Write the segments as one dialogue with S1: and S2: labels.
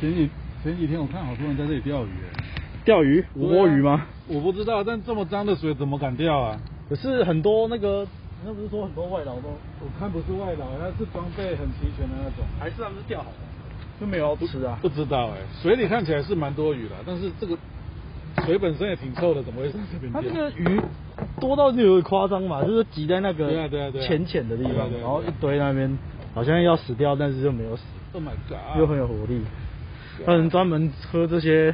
S1: 前几前几天我看好多人在这里钓鱼耶，
S2: 钓鱼，无波鱼吗？
S1: 我不知道，但这么脏的水怎么敢钓啊？
S2: 可是很多那个，那不是说很多外劳都
S1: 我看不是外劳，他是装备很齐全的那种。
S2: 还是他们是钓好的，就没有要吃啊
S1: 不？知道哎、水里看起来是蛮多鱼的，但是这个水本身也挺臭的，怎么会在这边
S2: 它
S1: 钓？
S2: 这个鱼多到就有点夸张嘛，就是挤在那个
S1: 对啊对啊对啊
S2: 浅浅的地
S1: 对啊
S2: 方，
S1: 对啊
S2: 然后一堆那边好像要死掉，但是又没有死，
S1: Oh my god！
S2: 又很有活力。
S1: 啊
S2: 他们专门喝这些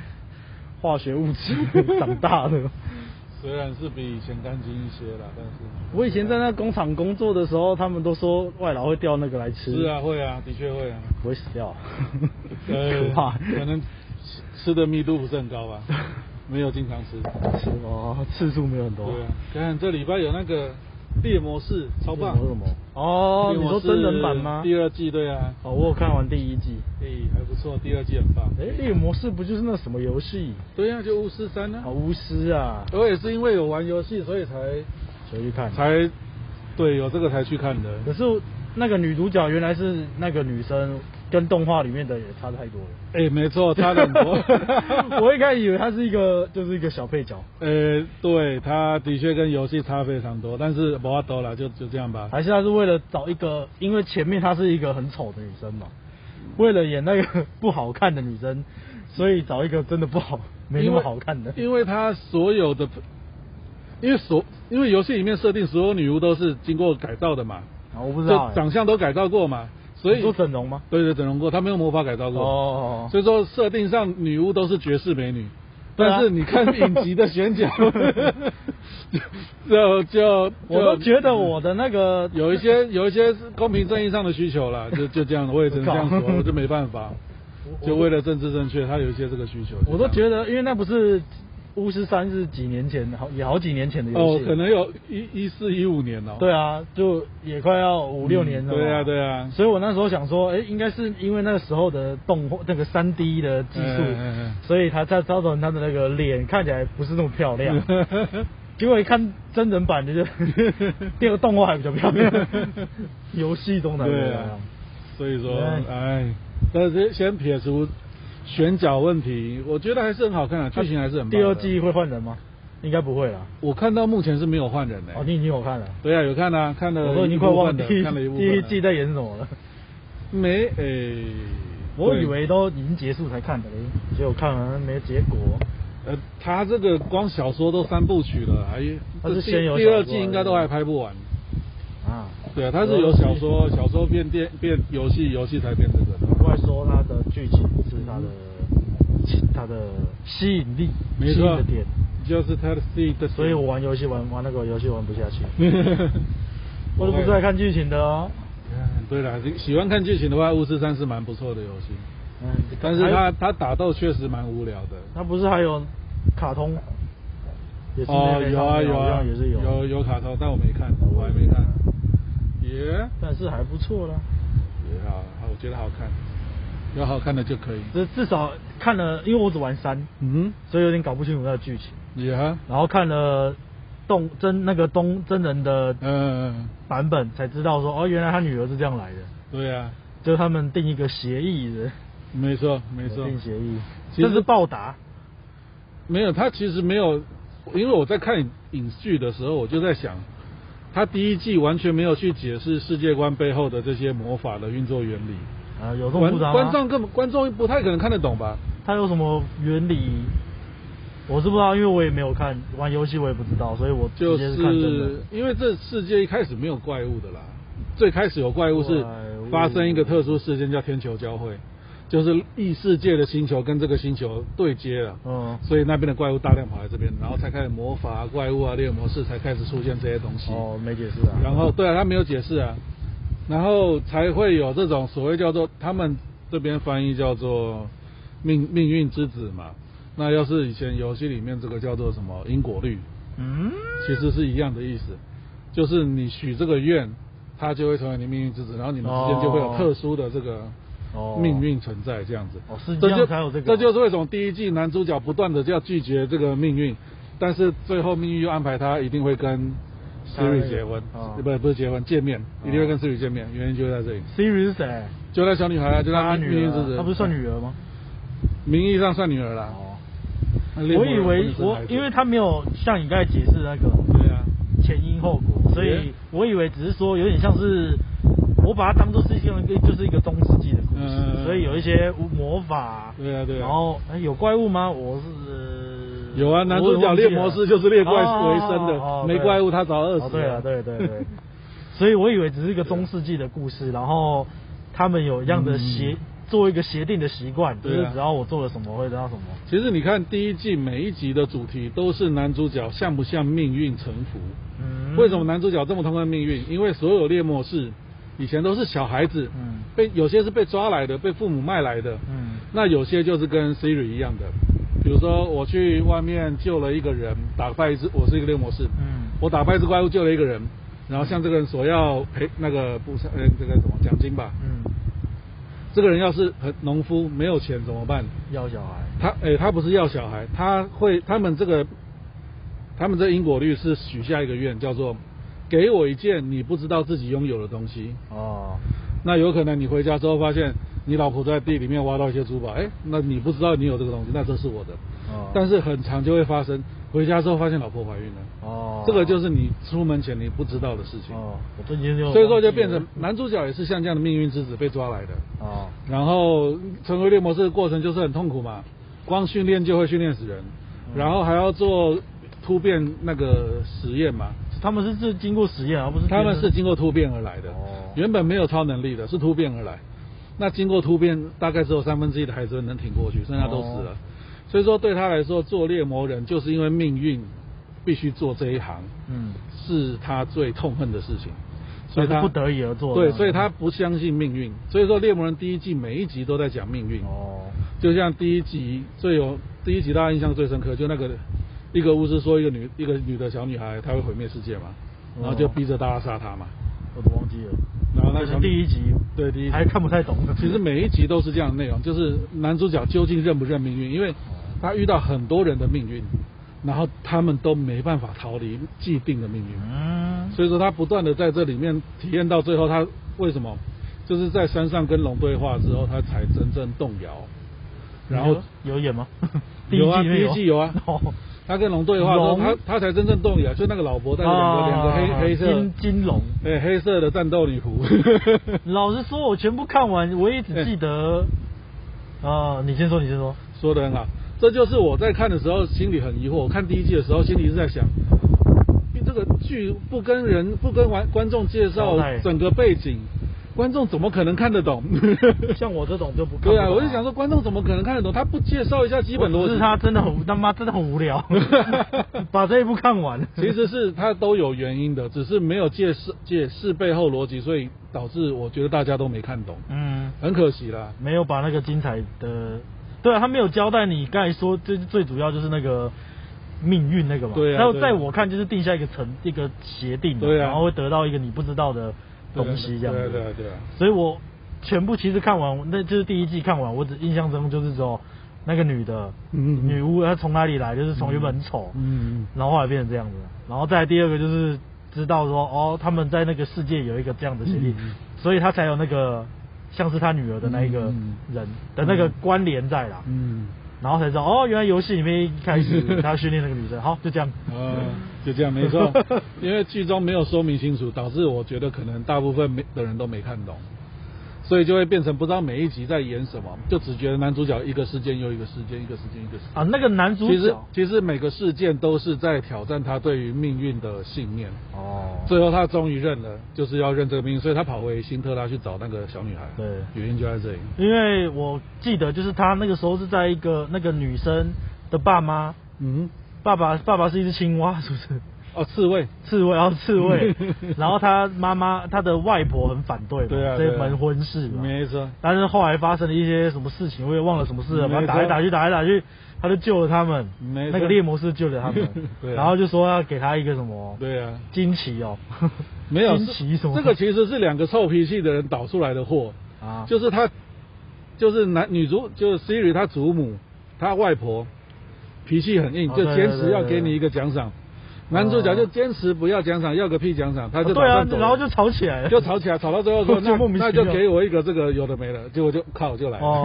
S2: 化学物质 长大的。
S1: 虽然是比以前干净一些啦，但是
S2: 我以前在那工厂工作的时候，他们都说外劳会钓那个来吃，
S1: 是啊，，会啊，的确会啊。
S2: 不会死掉啊，
S1: 呃
S2: 可怕。
S1: 可能吃吃的密度不是很 高吧，没有经常吃。
S2: 吃哦，次数没有很多。
S1: 对啊，看这礼拜有那个猎魔士，超棒。
S2: 什么？哦，
S1: 猎
S2: 你
S1: 魔
S2: 说
S1: 士
S2: 真人版吗？
S1: 第二季对啊，
S2: 哦，我有看完第一季。
S1: 诶、还不错，第二季很棒。
S2: 哎，猎魔士不就是那什么游戏？
S1: 对啊，就巫师三呢、
S2: 啊，巫师啊，
S1: 我也是因为有玩游戏，所以 才
S2: 谁去看？
S1: 才对有这个才去看的。
S2: 可是那个女主角原来是那个女生，跟动画里面的也差太多了。。
S1: 哎、没错，差很多
S2: 我 一开始以为她是一个，就是一个小配角，
S1: 呃，对，它的确跟游戏差非常多，但是不法多了，就就这样吧。
S2: 还是她是为了找一个，因为前面她是一个很丑的女生嘛，为了演那个不好看的女生，所以找一个真的不好、没那么好看的。
S1: 因为因为它所有的，因为所因为游戏里面设定所有女巫都是经过改造的嘛，
S2: 啊，我不知
S1: 就
S2: 道、欸，
S1: 长相都改造过嘛，所以
S2: 你说整容吗？
S1: 对对整容过，她没有魔法改造过，
S2: 哦，
S1: 所以说设定上女巫都是绝世美女。
S2: 对啊
S1: 但是你看影集的选 角，就就
S2: 我都觉得
S1: 我。
S2: 我的那个
S1: 有一些有一些是公平正义上的需求啦，就就这样的，我也只能这样说，我就没办法，就为了政治正确，他有一些这个需求。
S2: 我都觉
S1: 得
S2: 得，因为那不是巫师三是几年前，好也好几年前的游
S1: 哦
S2: 戏，，
S1: 可能有一一四一五年哦，
S2: 对啊，就也快要五六年了、
S1: 对啊对啊
S2: 所以我那时候想说，哎、应该是因为那个时候的动画那个三 D 的技术，
S1: 嗯嗯
S2: 所以他在造成他的那个脸看起来不是那么 漂亮。
S1: 嗯
S2: 结果一看真人版的就， 第二个动画还比较漂亮，游戏中的
S1: 对啊，所以说
S2: 对
S1: 哎，但是先撇除选角问题，我觉得还是很好看的，剧情还是很棒的
S2: 第二季会换人吗？应该不会啦。
S1: 我看到目前是没有换人的。欸
S2: 哦，你已经有看了，
S1: 对啊，有看啊，看了
S2: 我都已经快
S1: 一部
S2: 忘
S1: 分
S2: 记
S1: 的看了一部分
S2: 第
S1: 的
S2: 一季在演什么了。
S1: 没哎诶，
S2: 我
S1: 对
S2: 以为都已经结束才看的嘞，结果看完没结果。
S1: 呃，他这个光小说都三部曲了，还
S2: 他是
S1: 第
S2: 先有
S1: 第
S2: 小
S1: 二
S2: 说
S1: 季应该
S2: 还是
S1: 都还拍不完。
S2: 啊，
S1: 对啊，他是有小说，小说变电变游戏，游戏才变这个的。
S2: 另外说它的剧情是它的它的吸引力，
S1: 嗯没
S2: 吸引
S1: 错
S2: 的点，，
S1: 就是他的 C 的点，
S2: 所以我玩游戏玩玩那个游戏玩不下去，
S1: 嗯我
S2: 我都不是来
S1: 在。
S2: 看剧情的哦。
S1: 对了，喜欢看剧情的话，《巫师三》是蛮不错的游戏，
S2: 嗯，
S1: 但是
S2: 还
S1: 他
S2: 有
S1: 他打斗确实蛮无聊的。
S2: 它不是还有卡通，也是
S1: 哦，
S2: 那个
S1: 有啊有
S2: 好
S1: 啊，
S2: 像也是有，
S1: 有有卡通，但我没看，我还没看。也
S2: 但是还不错啦。
S1: 也好，好我觉得好看，有好看的就可以。
S2: 至至少看了，因为我只玩三，
S1: 嗯
S2: 所以有点搞不清楚它的剧情。
S1: 哼，也啊，
S2: 然后看了动真那个东真人的
S1: 嗯，
S2: 版本，才知道说哦，原来他女儿是这样来的，
S1: 对啊，
S2: 就是他们定一个协议的，
S1: 没错没错，
S2: 定协议，
S1: 其
S2: 这
S1: 实
S2: 是报答，
S1: 没有他其实没有，因为我在看影剧的时候，我就在想，他第一季完全没有去解释世界观背后的这些魔法的运作原理，
S2: 啊，有这么
S1: 观
S2: 复杂吗？
S1: 观众根本观众不太可能看得懂吧？
S2: 他有什么原理？我是不知道，因为我也没有看玩游戏，我也不知道，所以我
S1: 就
S2: 直接
S1: 是
S2: 看真的。
S1: 因为这世界一开始没有怪物的啦，最开始有怪物是
S2: 怪物
S1: 发生一个特殊事件叫天球交汇，就是异世界的星球跟这个星球对接了。
S2: 嗯，
S1: 所以那边的怪物大量跑来这边，然后才开始魔法啊、怪物啊、猎人模式才开始出现这些东西。
S2: 哦，没解释啊。
S1: 然后对啊，他没有解释啊，然后才会有这种所谓叫做他们这边翻译叫做命命运之子嘛。那要是以前游戏里面这个叫做什么因果律，
S2: 嗯，
S1: 其实是一样的意思，就是你许这个愿，它就会成为你命运之子，然后你们之间就会有特殊的这个
S2: 哦，
S1: 命运存在这样子。
S2: 哦是
S1: 这
S2: 这
S1: 就
S2: 样才有这个
S1: 这
S2: 哦
S1: 就是为什么第一季男主角不断的要拒绝这个命运，但是最后命运又安排他一定会跟
S2: 他那个
S1: Siri 结婚，
S2: 哦
S1: 不是不是结婚见面，一定会跟 Siri 见面，原因就在这里，
S2: Siri 是谁？
S1: 就在小女孩啊，就在
S2: 哎他
S1: 命
S2: 女
S1: 运之
S2: 儿啊，
S1: 子，
S2: 她不是算女儿吗？
S1: 名义上算女儿啦。
S2: 哦，
S1: 那猎魔
S2: 我
S1: 人
S2: 以
S1: 不
S2: 为
S1: 能生
S2: 我
S1: 孩，子
S2: 因为他没有像你刚才解释的那个
S1: 对啊，
S2: 前因后果，所以我以为只是说有点像是我把它当做是一个就是一个中世纪的故事，
S1: 嗯
S2: 所以有一些魔法，
S1: 对啊对啊
S2: 然后、哎有怪物吗？我是
S1: 有啊男主角猎魔师就是猎怪为生的
S2: 哦
S1: 没怪物他早饿死
S2: 了。哦对
S1: 了
S2: 啊对对 对，所以我以为只是一个中世纪的故事，然后他们有一样的
S1: 啊
S2: 协、
S1: 嗯
S2: 做一个协定的习惯，就
S1: 对啊
S2: 是只要我做了什么会得到什么。
S1: 其实你看第一季每一集的主题都是男主角向不向命运臣服。
S2: 嗯
S1: 为什么男主角这么痛恨命运？因为所有猎魔士以前都是小孩子，
S2: 嗯
S1: 被有些是被抓来的，被父母卖来的，
S2: 嗯
S1: 那有些就是跟 Siri 一样的，比如说我去外面救了一个人，打败一只，我是一个猎魔士，
S2: 嗯
S1: 我打败一只怪物救了一个人，然后向这个人索要赔那个补偿，呃，这个什么奖金吧，
S2: 嗯，
S1: 这个人要是很农夫没有钱怎么办？
S2: 要小孩。
S1: 他诶、他不是要小孩，他会他们这个他们这因果律是许下一个愿，叫做给我一件你不知道自己拥有的东西。
S2: 哦，
S1: 那有可能你回家之后发现你老婆在地里面挖到一些珠宝，诶，那你不知道你有这个东西，那这是我的。
S2: 哦
S1: 但是很常就会发生，回家之后发现老婆怀孕了。
S2: 哦，
S1: 这个就是你出门前你不知道的事情。
S2: 哦，我最近就
S1: 所以说就变成
S2: 忘记了
S1: 男主角也是像这样的命运之子被抓来的。
S2: 哦，
S1: 然后成为猎魔士的过程就是很痛苦嘛，光训练就会训练死人，
S2: 嗯
S1: 然后还要做突变那个实验嘛，
S2: 他们是是经过实验，而不是
S1: 他们是经
S2: 过
S1: 过突变而来的
S2: 哦，
S1: 原本没有超能力的，是突变而来。那经过突变，大概只有三分之一的孩子能挺过去，剩下都死
S2: 哦
S1: 了。所以说对他来说，做猎魔人就是因为命运必须做这一行，
S2: 嗯，
S1: 是他最痛恨的事情，所以
S2: 那
S1: 他
S2: 是不得已而做的
S1: 对，所以他不相信命运。所以说，《猎魔人》第一季每一集都在讲命运。
S2: 哦，
S1: 就像第一集最有第一集大家印象最深刻，就那个一个巫师说一个女一个女的小女孩她会毁灭世界嘛，
S2: 哦
S1: 然后就逼着大家杀她嘛。
S2: 我都忘记了。
S1: 然后那
S2: 这
S1: 小
S2: 是
S1: 女
S2: 第一集，
S1: 对第一集
S2: 还看不太懂。
S1: 其实每一集都是这样的内容，就是男主角究竟认不认命运，因为他遇到很多人的命运，然后他们都没办法逃离既定的命运。
S2: 嗯，
S1: 所以说他不断的在这里面体验到最后，他为什么就是在山上跟龙对话之后，他才真正动摇。然后
S2: 有有演 吗？
S1: 有啊，
S2: 第
S1: 第
S2: 一
S1: 一季有啊
S2: 哦，
S1: 他跟龙对话之后，
S2: 龙
S1: 他他才真正动摇，就那个老伯带着两个
S2: 啊
S1: 两个黑黑色
S2: 金，金龙。
S1: 对黑色的战斗女仆，
S2: 老实说，我全部看完，我也只记得。啊，你先说，你先说。
S1: 说的很好，这就是我在看的时候心里很疑惑，我看第一季的时候心里是在想。这个剧不跟人不跟玩观众介绍
S2: 交代
S1: 整个背景，观众怎么可能看得懂？
S2: 像我这种就不看不懂。
S1: 对啊，我就想说，观众怎么可能看得懂？他不介绍一下基本逻
S2: 我
S1: 辑，
S2: 只是他真的很无他妈真的很无 聊，把这一部看完。
S1: 其实是他都有原因的，只是没有解释解释背后逻辑，所以导致我觉得大家都没看懂，
S2: 嗯，
S1: 很可惜啦。
S2: 没有把那个精彩的，对啊，他没有交代你刚才说最最主要就是那个命运那个嘛。
S1: 对啊
S2: 然后
S1: 对啊
S2: 在我看就是定下一个成一个协定嘛，
S1: 对啊
S2: 然后会得到一个你不知道的东西这样
S1: 对啊对
S2: 子。
S1: 啊对啊对啊
S2: 所以我全部其实看完，那就是第一季看完，我只印象中就是说那个女的，
S1: 嗯
S2: 女巫她从哪里来，就是从原本很丑，
S1: 嗯，
S2: 然后后来变成这样子，然后再来第二个就是知道说哦，他们在那个世界有一个这样的协定，
S1: 嗯
S2: 所以他才有那个像是他女儿的那一个
S1: 嗯
S2: 人的那个关联在啦，
S1: 嗯，
S2: 然后才知道哦，原来游戏里面一 开始他训练那个女生，好就这样，
S1: 呃，就这样没 错，因为剧中没有说明清楚，导致我觉得可能大部分没的人都没看懂，所以就会变成不知道每一集在演什么，就只觉得男主角一个事件又一个事件，一个事件一个事件。
S2: 啊，那个男主
S1: 其实
S2: 角
S1: 其实每个事件都是在挑战他对于命运的信念。
S2: 哦，
S1: 最后他终于认了，就是要认这个命，所以他跑回辛特拉去找那个小女孩。
S2: 对
S1: 原因就在这里。
S2: 因为我记得就是他那个时候是在一个那个女生的爸妈，
S1: 嗯，
S2: 爸爸爸爸是一只青蛙，是不是？
S1: 哦，刺猬，
S2: 刺猬，然后刺 猬，然后他妈妈他的外婆很反对嘛，
S1: 对啊，
S2: 这
S1: 对啊
S2: 门婚事嘛。
S1: 没错，
S2: 但是后来发生了一些什么事情，我也忘了什么事了，
S1: 没
S2: 把他打来
S1: 错
S2: 打去打来打去，他就救了他们，
S1: 没
S2: 那个
S1: 错，
S2: 猎魔师救了他们
S1: 对啊
S2: 然后就说要给他一个什么
S1: 对啊，
S2: 惊奇哦，
S1: 没有
S2: 惊奇什么
S1: 这个其实是两个臭脾气的人导出来的祸，
S2: 啊，
S1: 就是他，就是男女主，就是 Siri 他祖母，他外婆脾气很硬，
S2: 哦
S1: 就
S2: 对
S1: 坚
S2: 对
S1: 持
S2: 对
S1: 要
S2: 对
S1: 给你一个奖赏。男主角就坚持不要奖赏，要个屁奖赏，他就
S2: 对
S1: 打
S2: 啊
S1: 算走，人、
S2: 然后就吵起来了，
S1: 就吵起来，吵到最后说
S2: 就莫名
S1: 那那
S2: 其妙
S1: 就给我一个这个有的没的，结果就靠就来了。
S2: 哦，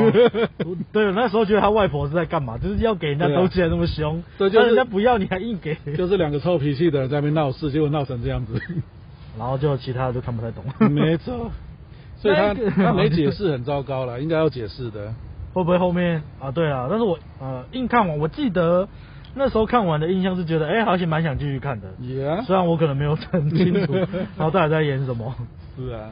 S2: 我对，那时候觉得他外婆是在干嘛，就是要给人家
S1: 对啊
S2: 东西还那么凶，
S1: 对就是
S2: 但人家不要你还硬给，
S1: 就是两个臭脾气的人在那边闹事，结果闹成这样子，
S2: 然后就其他的就看不太懂，
S1: 没错。所以他
S2: 那个哦
S1: 他没解释很糟糕了，应该要解释的。
S2: 会不会后面啊？对啊，但是我呃硬看完，我记得那时候看完的印象是觉得，哎、好像蛮想继续看的，
S1: 也、yeah,
S2: 虽然我可能没有很清 楚，然后到底在演什么，
S1: 是啊，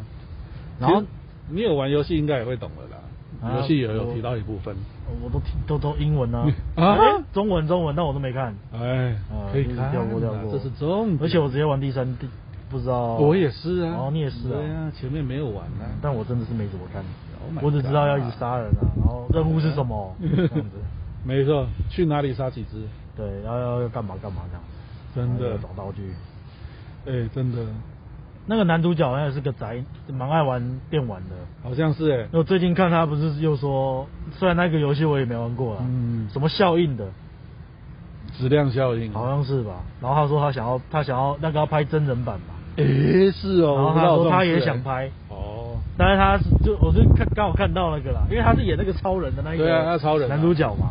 S2: 然后哦
S1: 其实你有玩游戏应该也会懂的啦。
S2: 啊
S1: 游戏也有
S2: 我
S1: 提到一部分，
S2: 我都听都都英文啊，
S1: 啊
S2: 哎中文中文，但我都没看，
S1: 哎
S2: 啊，
S1: 可以
S2: 就是
S1: 看啊，
S2: 跳过跳过
S1: 这是重点。
S2: 而且我直接玩第三第，不知道，
S1: 我也是啊，
S2: 哦你也是啊
S1: 对啊，前面没有玩啊，
S2: 但我真的是没怎么看
S1: Oh my，
S2: 我只知道要一直杀人啊，然后任务是什么这样 子，
S1: 没错，去哪里杀几只？
S2: 对，然后要要干嘛干嘛这样子，
S1: 真
S2: 然
S1: 的
S2: 后，找道具。
S1: 哎，真的，
S2: 那个男主角好像也是个宅，蛮爱玩电玩的。
S1: 好像是哎，
S2: 我最近看他不是又说，虽然那个游戏我也没玩过啊，
S1: 嗯
S2: 什么效应的，
S1: 质量效应，
S2: 好像是吧？然后他说他想要，他想要那个要拍真人版嘛，
S1: 哎，是哦，
S2: 然后
S1: 我不知道这
S2: 他说
S1: 种
S2: 他
S1: 事
S2: 也
S1: 哎
S2: 想拍
S1: 哦，
S2: 但是他是就我就看刚好看到那个啦，因为他是演那个超人的那一个
S1: 对啊他超人啊
S2: 男主角嘛，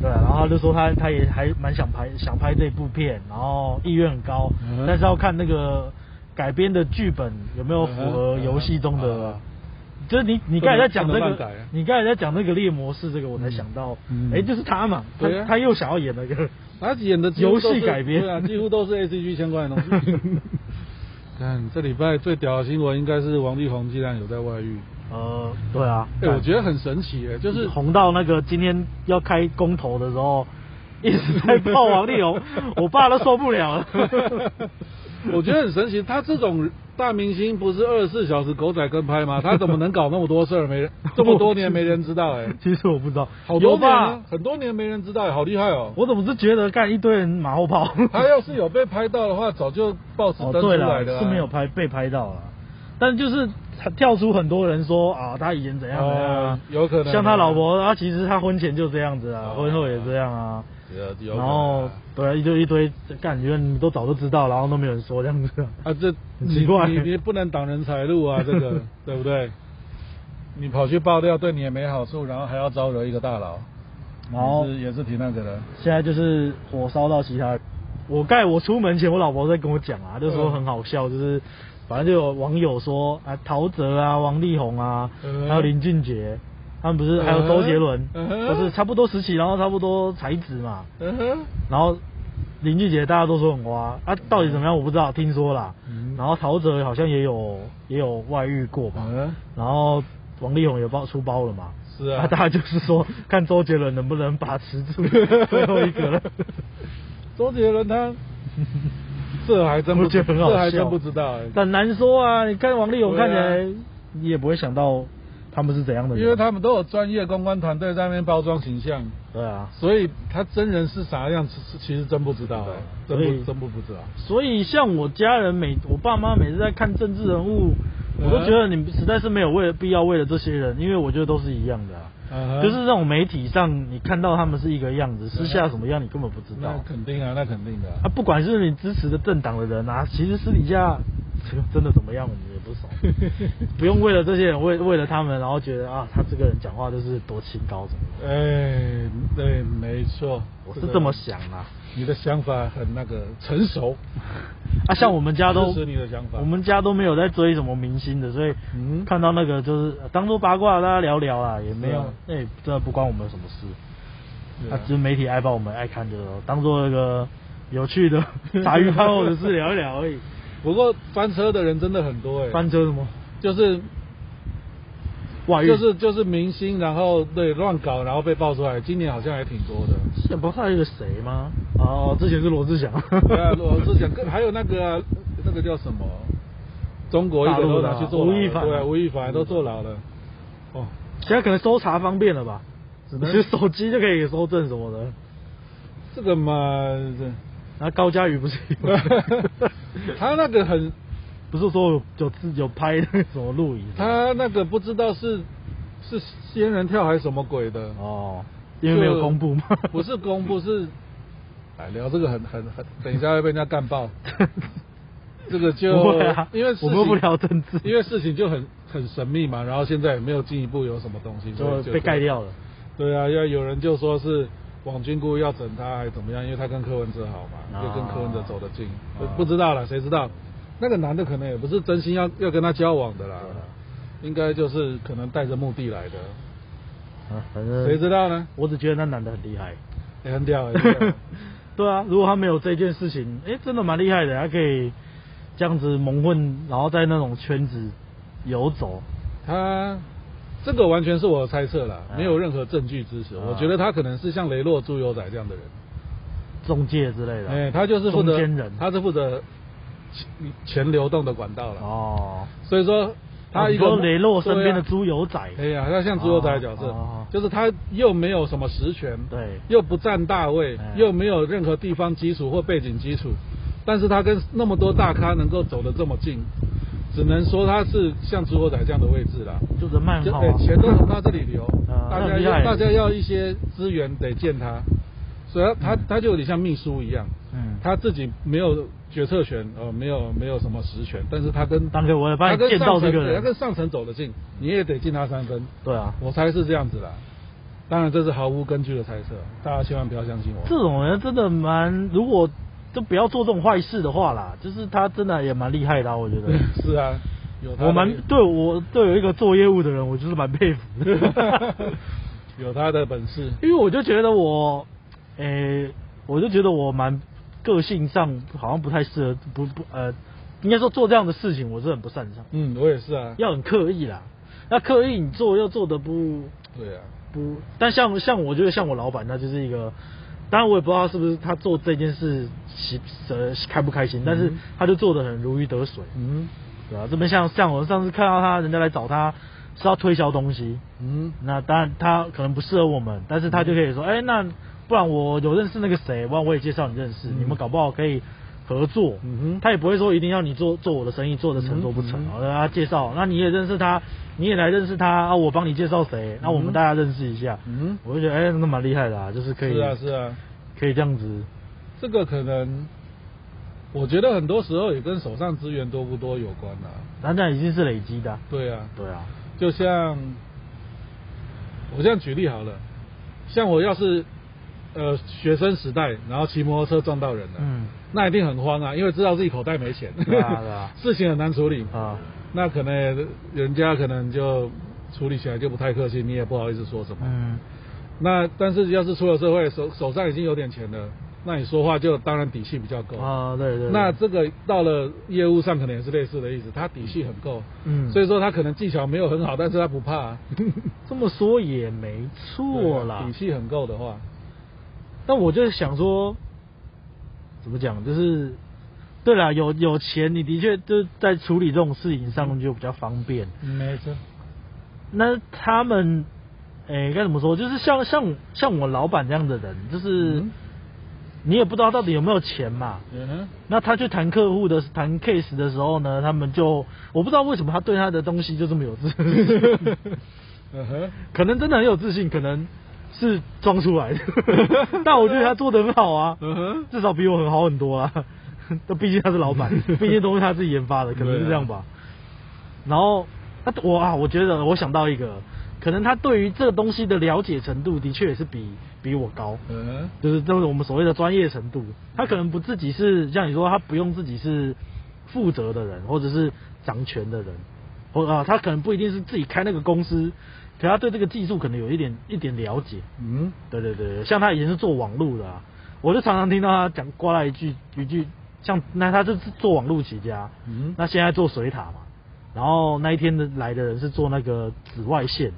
S2: 对啊、然后他就说他他也还蛮想拍想拍这部片，然后意愿很高，
S1: 嗯
S2: 但是要看那个改编的剧本有没有符合游戏中的。啊
S1: 嗯嗯嗯
S2: 就是你，你刚才在讲这
S1: 不能乱改
S2: 个
S1: 啊，
S2: 你刚才在讲那个猎魔士这个，我才想到，哎、
S1: 嗯嗯
S2: 就是他嘛，他、
S1: 对啊
S2: 他又想要演那个，
S1: 他演的几乎都是
S2: 游戏改编
S1: 对啊，几乎都是 A C G 相关的东 西。看这礼拜最屌的新闻应该是王力宏竟然有在外遇，
S2: 呃，对啊，
S1: 哎、我觉得很神奇哎、就是
S2: 红到那个今天要开公投的时候，一直在泡王力 宏，我爸都受不了了。
S1: 我觉得很神奇，他这种大明星不是二十四小时狗仔跟拍吗？他怎么能搞那么多事儿？没 人这么多年没人知道哎、
S2: 其实我不知道，
S1: 好多
S2: 有
S1: 年啊
S2: 吧？
S1: 很多年没人知道、哎，好厉害哦！
S2: 我怎么是觉得干一堆人马后炮？
S1: 他要是有被拍到的话，早就报纸
S2: 哦，
S1: 登出
S2: 对
S1: 来
S2: 了，
S1: 的、啊
S2: 是没有拍被拍到了，但就是他跳出很多人说啊，他以前怎样怎样啊
S1: 哦，有可能啊
S2: 像他老婆，他其实他婚前就这样子啊，
S1: 哦
S2: 婚后也这样啊，
S1: 有有可能啊
S2: 然后对啊，一堆一堆感觉你都早就知道，然后都没有人说这样子啊。
S1: 啊，这
S2: 很
S1: 你
S2: 奇怪
S1: 你你不能挡人财路啊，这 个对不对？你跑去爆料对你也没好处，然后还要招惹一个大佬，
S2: 然后
S1: 也是也是挺那个的。
S2: 现在就是火烧到其他人。我盖我出门前，我老婆在跟我讲啊，就说很好笑，就是反正就有网友说啊，陶喆啊、王力宏啊，
S1: 嗯
S2: 还有林俊杰，他们不是还有周杰伦，
S1: 嗯哼
S2: 都是差不多时期，然后差不多才子嘛，
S1: 嗯哼，
S2: 然后林俊杰大家都说很花啊，到底怎么样我不知道，听说啦。
S1: 嗯
S2: 然后陶喆好像也有也有外遇过吧，
S1: 嗯
S2: 然后王力宏也爆出包了嘛，
S1: 是啊
S2: 大家就是 说看周杰伦能不能把持住最后一个了。
S1: 周杰伦 他这还真不
S2: 我觉得很好笑
S1: 这还真不知道、欸，
S2: 很难说啊，你看王力宏
S1: 对啊
S2: 看起来，你也不会想到他们是怎样的人，
S1: 因为他们都有专业公关团队在那边包装形象，
S2: 对啊，所
S1: 所以他真人是啥样，其实其实真不知道、欸，真
S2: 所以
S1: 不真不不知道。
S2: 所以像我家人每我爸妈每次在看政治人物，
S1: 嗯
S2: 我都觉得你实在是没有为了必要为了这些人，因为我觉得都是一样的、啊。
S1: 嗯哼
S2: 就是那种媒体上你看到他们是一个样子，私下什么样你根本不知道。
S1: 那肯定啊，那肯定的啊、
S2: 啊，不管是你支持的政党的人啊，其实私底下这个真的怎么样，我们也不熟。 不用为了这些人，为为了他们，然后觉得啊，他这个人讲话就是多清高什么的。
S1: 哎，对，没错，
S2: 我
S1: 这
S2: 是
S1: 个
S2: 这么想啊啦、
S1: 你的想法很那个成 熟，
S2: 啊。像我们家都
S1: 支持你的想法
S2: 我们家都没有在追什么明星的，所以
S1: 嗯
S2: 看到那个就是呃当做八卦大家聊聊啊，也没有
S1: 是啊，
S2: 那、真的不关我们什么事。
S1: 对啊，
S2: 啊只是媒体爱报我们爱看就当做那个有趣的 茶余饭后的事聊一 聊而已。
S1: 不过翻车的人真的很多哎、
S2: 翻车什么？
S1: 就是
S2: 外遇
S1: 就是就是明星，然后对乱搞，然后被爆出来，今年好像还挺多 的。
S2: 现在不是还有一个谁吗？哦，之前是罗志祥。
S1: 对啊，我是想 跟还有那个啊、那个叫什么，中国一个都拿去坐牢
S2: 大陆的啊吴亦
S1: 了，
S2: 凡
S1: 对、啊，吴亦凡都坐牢了。哦，
S2: 现在可能搜查方便了吧？
S1: 只能
S2: 其实手机就可以搜证什么的。
S1: 这个嘛， 这
S2: 然后高佳宇不是有
S1: 他那个很
S2: 不是说有有自有拍那什么录影？
S1: 他那个不知道是是
S2: 哦
S1: 仙人跳还是什么鬼的，
S2: 哦，因为没有公布嘛。
S1: 不是公布是哎，聊这个很很很，等一下会被人家干 爆。这个就
S2: 不会啊
S1: 因为事情
S2: 我们不聊政治
S1: 因为事情就很很神秘嘛，然后现在也没有进一步有什么东西，所
S2: 就
S1: 以
S2: 被盖掉了。
S1: 对啊，要有人就说是网军故意要整他，还怎么样？因为他跟柯文哲好嘛，
S2: 啊
S1: 就跟柯文哲走得近，不
S2: 啊
S1: 不知道了，谁知道？那个男的可能也不是真心要要跟他交往的啦
S2: 对啊，
S1: 应该就是可能带着目的来的，
S2: 啊，反正
S1: 谁知道哦呢？
S2: 我只觉得那男的很厉害。
S1: 也很屌，很屌
S2: 对啊，如果他没有这件事情，哎、真的蛮厉害的，他可以这样子蒙混，然后在那种圈子游走。
S1: 他这个完全是我的猜测啦，
S2: 啊
S1: 没有任何证据支持。
S2: 啊
S1: 我觉得他可能是像雷洛、猪油仔这样的人，
S2: 中介之类的，
S1: 哎、他就是负
S2: 中
S1: 责
S2: 间人，
S1: 他是负责钱钱流动的管道了。
S2: 哦，
S1: 所以说他一个
S2: 哦你说雷洛身边的
S1: 对啊
S2: 猪油仔，
S1: 哎呀，他像猪油仔的角色
S2: 哦哦哦，
S1: 就是他又没有什么实权，
S2: 对，
S1: 又不占大位
S2: 哎，
S1: 又没有任何地方基础或背景基础，但是他跟那么多大咖能够走得这么近，只能说他是像猪油仔这样的位置啦。
S2: 就人脉很
S1: 就
S2: 好、
S1: 对
S2: 啊，
S1: 钱都从他这里流
S2: 啊，
S1: 大
S2: 那
S1: 家
S2: 很厉害
S1: 要大家要一些资源得见他，所以他他他就有点像秘书一样，
S2: 嗯，
S1: 他自己没有决策权，呃，没有没有什么实权，但是他跟
S2: 当哥，我也帮
S1: 他
S2: 你
S1: 跟
S2: 见
S1: 上
S2: 到
S1: 层
S2: 这个
S1: 对他跟
S2: 人，
S1: 上层走得近，你也得进他三分，
S2: 对啊，
S1: 我猜是这样子啦。当然这是毫无根据的猜测，大家千万不要相信
S2: 这
S1: 我。
S2: 种人真的蛮，如果就不要做这种坏事的话啦，就是他真的也蛮厉害的啊、我觉得。
S1: 是啊，有他的
S2: 我蛮对我对有一个做业务的人，我就是蛮佩服的，
S1: 有他的本事，
S2: 因为我就觉得我，诶、我就觉得我蛮个性上好像不太适合，不不呃，应该说做这样的事情我是很不擅长，
S1: 嗯，我也是啊，
S2: 要很刻意啦。那刻意你做又做的不
S1: 对啊，
S2: 不，但像像我觉得像我老板他就是一个，当然我也不知道他是不是他做这件事喜呃开不开心，但是
S1: 嗯
S2: 他就做的很如鱼得水，
S1: 嗯
S2: 对啊，这边像像我上次看到他，人家来找他是要推销东西，
S1: 嗯，
S2: 那当然他可能不适合我们，但是他就可以说，哎、那不然我有认识那个谁，不然我也介绍你认识，
S1: 嗯
S2: 你们搞不好可以合作。
S1: 嗯哼
S2: 他也不会说一定要你做做我的生意，做的成
S1: 嗯
S2: 做不成，
S1: 嗯
S2: 然后他介绍，那你也认识他，你也来认识他，啊，我帮你介绍谁，那我们大家认识一下。
S1: 嗯
S2: 我就觉得，哎、那蛮厉害的啊，就是可以，
S1: 是啊是啊。
S2: 可以这样子，
S1: 这个可能，我觉得很多时候也跟手上资源多不多有关啦、
S2: 那这样已经是累积的啊、
S1: 对啊，
S2: 对啊，
S1: 就像我这样举例好了，像我要是呃学生时代，然后骑摩托车撞到人了，
S2: 嗯，
S1: 那一定很慌啊，因为知道自己口袋没钱，
S2: 对啊对啊
S1: 事情很难处理，
S2: 啊，
S1: 那可能也人家可能就处理起来就不太客气，你也不好意思说什么。
S2: 嗯，
S1: 那但是要是出了社会，手手上已经有点钱了，那你说话就当然底气比较够
S2: 啊，对对对，
S1: 那这个到了业务上可能也是类似的意思，他底气很够，
S2: 嗯，
S1: 所以说他可能技巧没有很好，但是他不怕啊，
S2: 这么说也没错
S1: 对啊
S2: 啦
S1: 底。气很够的话，
S2: 但我就想说，怎么讲，就是对啦，有有钱，你的确就是在处理这种事情上就比较方便。
S1: 没错，
S2: 那他们，诶、该怎么说？就是像像像我老板这样的人，就是、
S1: 嗯
S2: 你也不知道到底有没有钱嘛。
S1: 嗯哼，
S2: 那他去谈客户的谈 case 的时候呢，他们就我不知道为什么他对他的东西就这么有自信，
S1: 嗯哼，
S2: 可能真的很有自信，可能是装 出来的。但我觉得他做的很好啊，
S1: 嗯哼，
S2: 至少比我很好很多啊。 那毕竟他是 老板，毕竟都是他自己研发的，可能是这样
S1: 啊
S2: 吧。然后，那我啊，我觉得我想到一个，可能他对于这个东西的了解程度，的确也是比比我高，
S1: 嗯哼，
S2: 就是这种我们所谓的专业程度。他可能不自己是像你说，他不用自己是负责的人，或者是掌权的人，或啊，他可能不一定是自己开那个公司，可他对这个技术可能有一点一点了解。
S1: 嗯，
S2: 对对对，像他以前是做网络的、啊，我就常常听到他讲挂了一句一句，像那他就是做网络起家，
S1: 嗯
S2: 那现在做水塔嘛，然后那一天的来的人是做那个紫外线，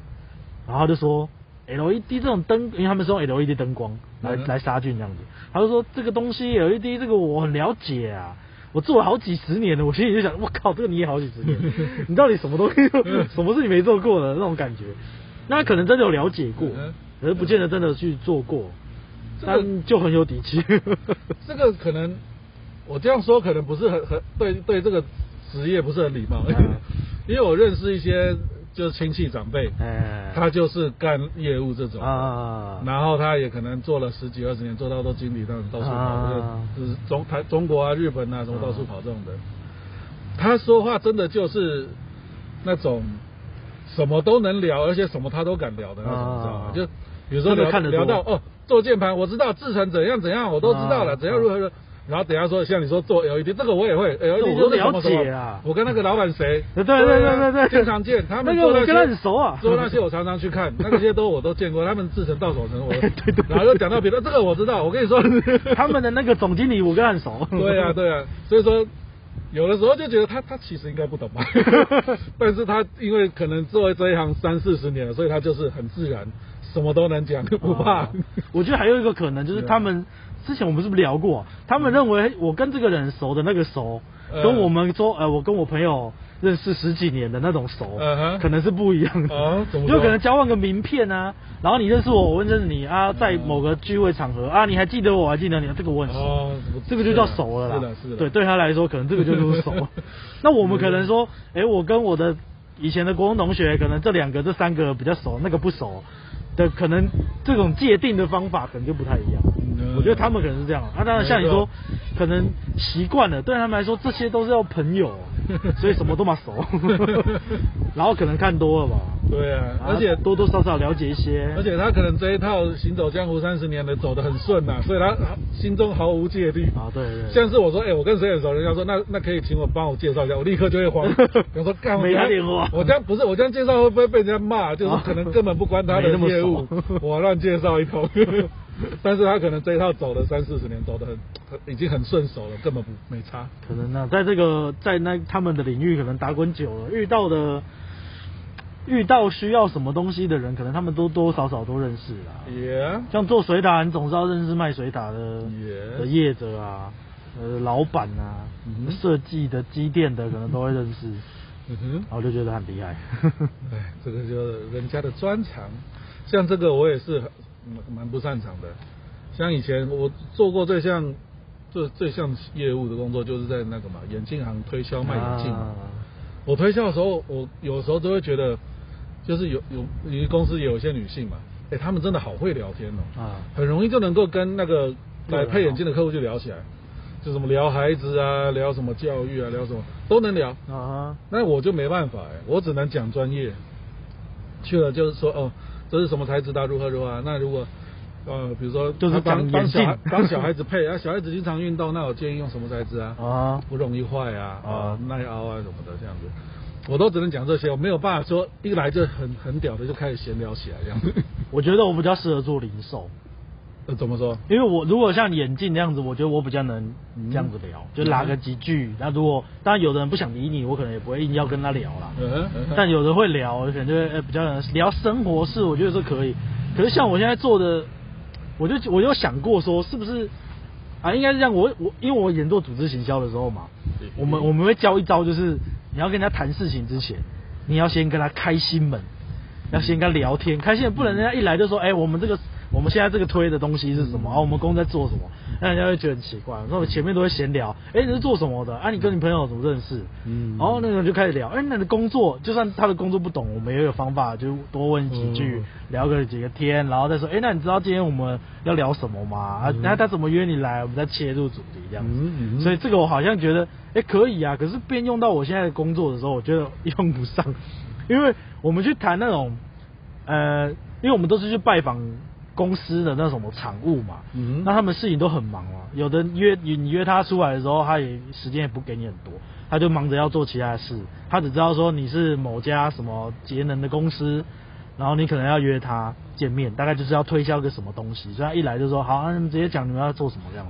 S2: 然后他就说 LED 这种灯，因为他们是用 LED 灯光来、
S1: 嗯
S2: 来杀菌这样子，他就说这个东西 LED 这个我很了解啊。我做了好几十年了，我心里就想，我靠，这个你也好几十 年，你到底什么东西，什么是你没做过的那种感觉？那他可能真的有了解过，
S1: 嗯
S2: 可是不见得真的去做过，
S1: 这个
S2: 但就很有底 气。
S1: 这个可能我这样说可 能不是很很对对这个职业不是很礼貌，
S2: 嗯
S1: 因为我认识一些就是亲戚长辈，
S2: 哎，
S1: 他就是干业务这种的，
S2: 啊，
S1: 然后他也可能做了十几二十年，做到都经理，这样到处跑，
S2: 啊
S1: 就是中台中国啊、日本啊，什么到处跑这种的。他说话真的就是那种什么都能聊，而且什么他都敢聊的那种，
S2: 啊
S1: 你知道吗？就有时候
S2: 真
S1: 聊
S2: 的看得
S1: 聊
S2: 多
S1: 到哦，做键盘我知道，制成怎样怎样我都知道了，
S2: 啊
S1: 怎样如何如何。然后等一下说像你说做 LED 这个我也会，LED E
S2: 我都
S1: 就是什么
S2: 了
S1: 什么
S2: 解啊
S1: 我跟那个老板谁？
S2: 对对对
S1: 啊
S2: 对对，
S1: 经常见他们
S2: 那
S1: 做
S2: 个我
S1: 些
S2: 跟他很熟啊，
S1: 做那些我常常去 看，那些都我都见过，他们自成到手成我
S2: 对对
S1: 然后又讲到别的，这个我知道，我跟你说，
S2: 他们的那个总经理我跟他很熟，
S1: 对啊对啊，所以说有的时候就觉得他他其实应该不懂 吧，但是他因为可能做这一行三四十年了，所以他就是很自然，什么都能讲，不怕
S2: 啊。 我觉得还有一个可能就是
S1: 啊
S2: 他们之前我们是不是聊过？他们认为我跟这个人熟的那个熟，
S1: 呃
S2: 跟我们说呃我跟我朋友认识十几年的那种熟
S1: 嗯哼，
S2: 可能是不一样
S1: 啊
S2: 的
S1: 怎么，说
S2: 就可能交换个名片啊，然后你认识我，我认识你啊，
S1: 嗯
S2: 在某个聚会场合啊，你还记得我，我还记得你，这个我很熟。
S1: 哦，不
S2: 这个就叫熟了啦。
S1: 是的，是的，
S2: 对，对他来说，可能这个就是 熟。那我们可能说，哎、我跟我的以前的国中同学，可能这两个、这三个比较熟，那个不熟的，可能这种界定的方法可能就不太一样。
S1: 嗯
S2: 我觉得他们可能是这样。啊，当然像你说，可能习惯了，对他们来说，这些都是要朋友，啊所以什么都嘛熟。 然后可能看多了吧，
S1: 对啊，而
S2: 然
S1: 且
S2: 后多多少少了解一些。
S1: 而且他可能这一套《行走江湖三十年》的走得很顺呐、所以他心中毫无芥蒂
S2: 啊，对对对
S1: 像是我说，哎、我跟谁很熟，人家说那那可以请我帮我介绍一下，我立刻就会 慌。我说干，
S2: 没
S1: 他
S2: 打电话
S1: 我这样不是我这样介绍会不会被人家骂？就是可能根本不关他的
S2: 没那么
S1: 业务
S2: 熟，
S1: 我乱介绍一通。 但是他可能这一套走了三四十年，走得很很已经很顺手了，根本不没差。
S2: 可能呢、在这个在那他们的领域可能打滚久了，遇到的遇到需要什么东西的人，可能他们多多少少都认识啦。
S1: 也
S2: 像做水塔，你总是要认识卖水塔的
S1: Yeah
S2: 的业者啊，呃，老板啊
S1: 嗯哼，
S2: 设计的机电的可能都会认识，
S1: 嗯哼
S2: 然。后就觉得很厉害。
S1: 哎，这个就是人家的专长。像这个我也是很蛮蛮不擅长的。像以前我做过最像最最像业务的工作，就是在那个嘛眼镜行推销卖眼镜嘛。
S2: 啊
S1: 我推销的时候，我有时候都会觉得，就是有有因为公司也有一些女性嘛，哎，她们真的好会聊天哦。
S2: 啊，
S1: 很容易就能够跟那个
S2: 对
S1: 来
S2: 啊
S1: 配眼镜的客户就聊起来，就什么聊孩子啊，聊什么教育啊，聊什么都能聊。
S2: 啊
S1: 那我就没办法哎，我只能讲专业。去了就是说哦，这是什么材质的啊，如何如何啊、那如果呃，比如说
S2: 就是
S1: 他帮帮
S2: 讲眼
S1: 小孩
S2: 镜
S1: 帮小孩子配 啊，小孩子经常运动，那我建议用什么材质啊？
S2: 啊
S1: 不容易坏啊，啊、
S2: 啊
S1: 耐凹啊什么的这样子。我都只能讲这些，我没有办法说一来就很很屌的就开始闲聊起来这样子。
S2: 我觉得我比较适合做零售。
S1: 呃怎么说？
S2: 因为我如果像眼镜那样子，我觉得我比较能
S1: 嗯
S2: 这样子聊，就拉个几句。那如果当然有的人不想理你，我可能也不会硬要跟他聊啦。
S1: 嗯哼，嗯哼
S2: 但有的会聊，我可能就会、呃比较能聊生活事，我觉得这可以。可是像我现在做的，我就我有想过说，是不是啊？应该是这样，我我因为我演做组织行销的时候嘛
S1: 对，
S2: 我们我们会教一招，就是你要跟人家谈事情之前，你要先跟他开心门，要先跟他聊天，开心门不能人家一来就说，哎、我们这个我们现在这个推的东西是什么？啊，我们公司在做什么？那人家会觉得很奇怪。那我前面都会闲聊，哎、你是做什么的？啊，你跟你朋友怎么认识？
S1: 嗯
S2: 嗯，然后那个人就开始聊，哎、那你的工作，就算他的工作不懂，我们也有方法，就多问几句，
S1: 嗯
S2: 聊个几个天，然后再说，哎、那你知道今天我们要聊什么吗？啊，
S1: 嗯
S2: 那、他怎么约你来？我们再切入主题这样子。
S1: 嗯嗯
S2: 所以这个我好像觉得，哎、可以啊。可是变用到我现在的工作的时候，我觉得 用不上，因为我们去谈那种，呃，因为我们都是去拜访公司的那什么产物嘛，
S1: 嗯
S2: 那他们事情都很忙嘛，有的约你你约他出来的时候，他也时间也不给你很多，他就忙着要做其他的事，他只知道说你是某家什么节能的公司，然后你可能要约他见面，大概就是要推销个什么东西，所以他一来就说好，那啊你们直接讲你们要做什么这样。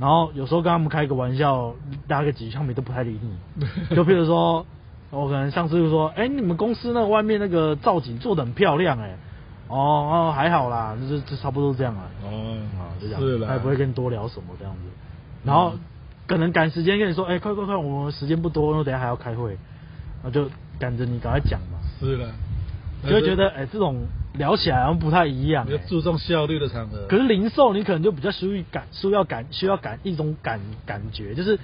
S2: 然后有时候跟他们开个玩笑，搭个几句，他们也都不太理 你。就譬如说，我可能上次就说，哎、你们公司那个外面那个造景做的很漂亮、哎，哦哦，还好啦，就是就差不多这样了。
S1: 哦
S2: 啊，就这样，
S1: 是啦，嗯
S2: 他也不会跟你多聊什么这样子。然后可能赶时间跟你说，哎、快快快，我们时间不多，因为等一下还要开会，那就赶着你赶快讲嘛，
S1: 是了，
S2: 就会觉得哎、这种聊起来好像不太一样、
S1: 比较
S2: 哎
S1: 注重效率的场合。
S2: 可是零售你可能就比较需要感，需要感，需要感一种感感觉，就是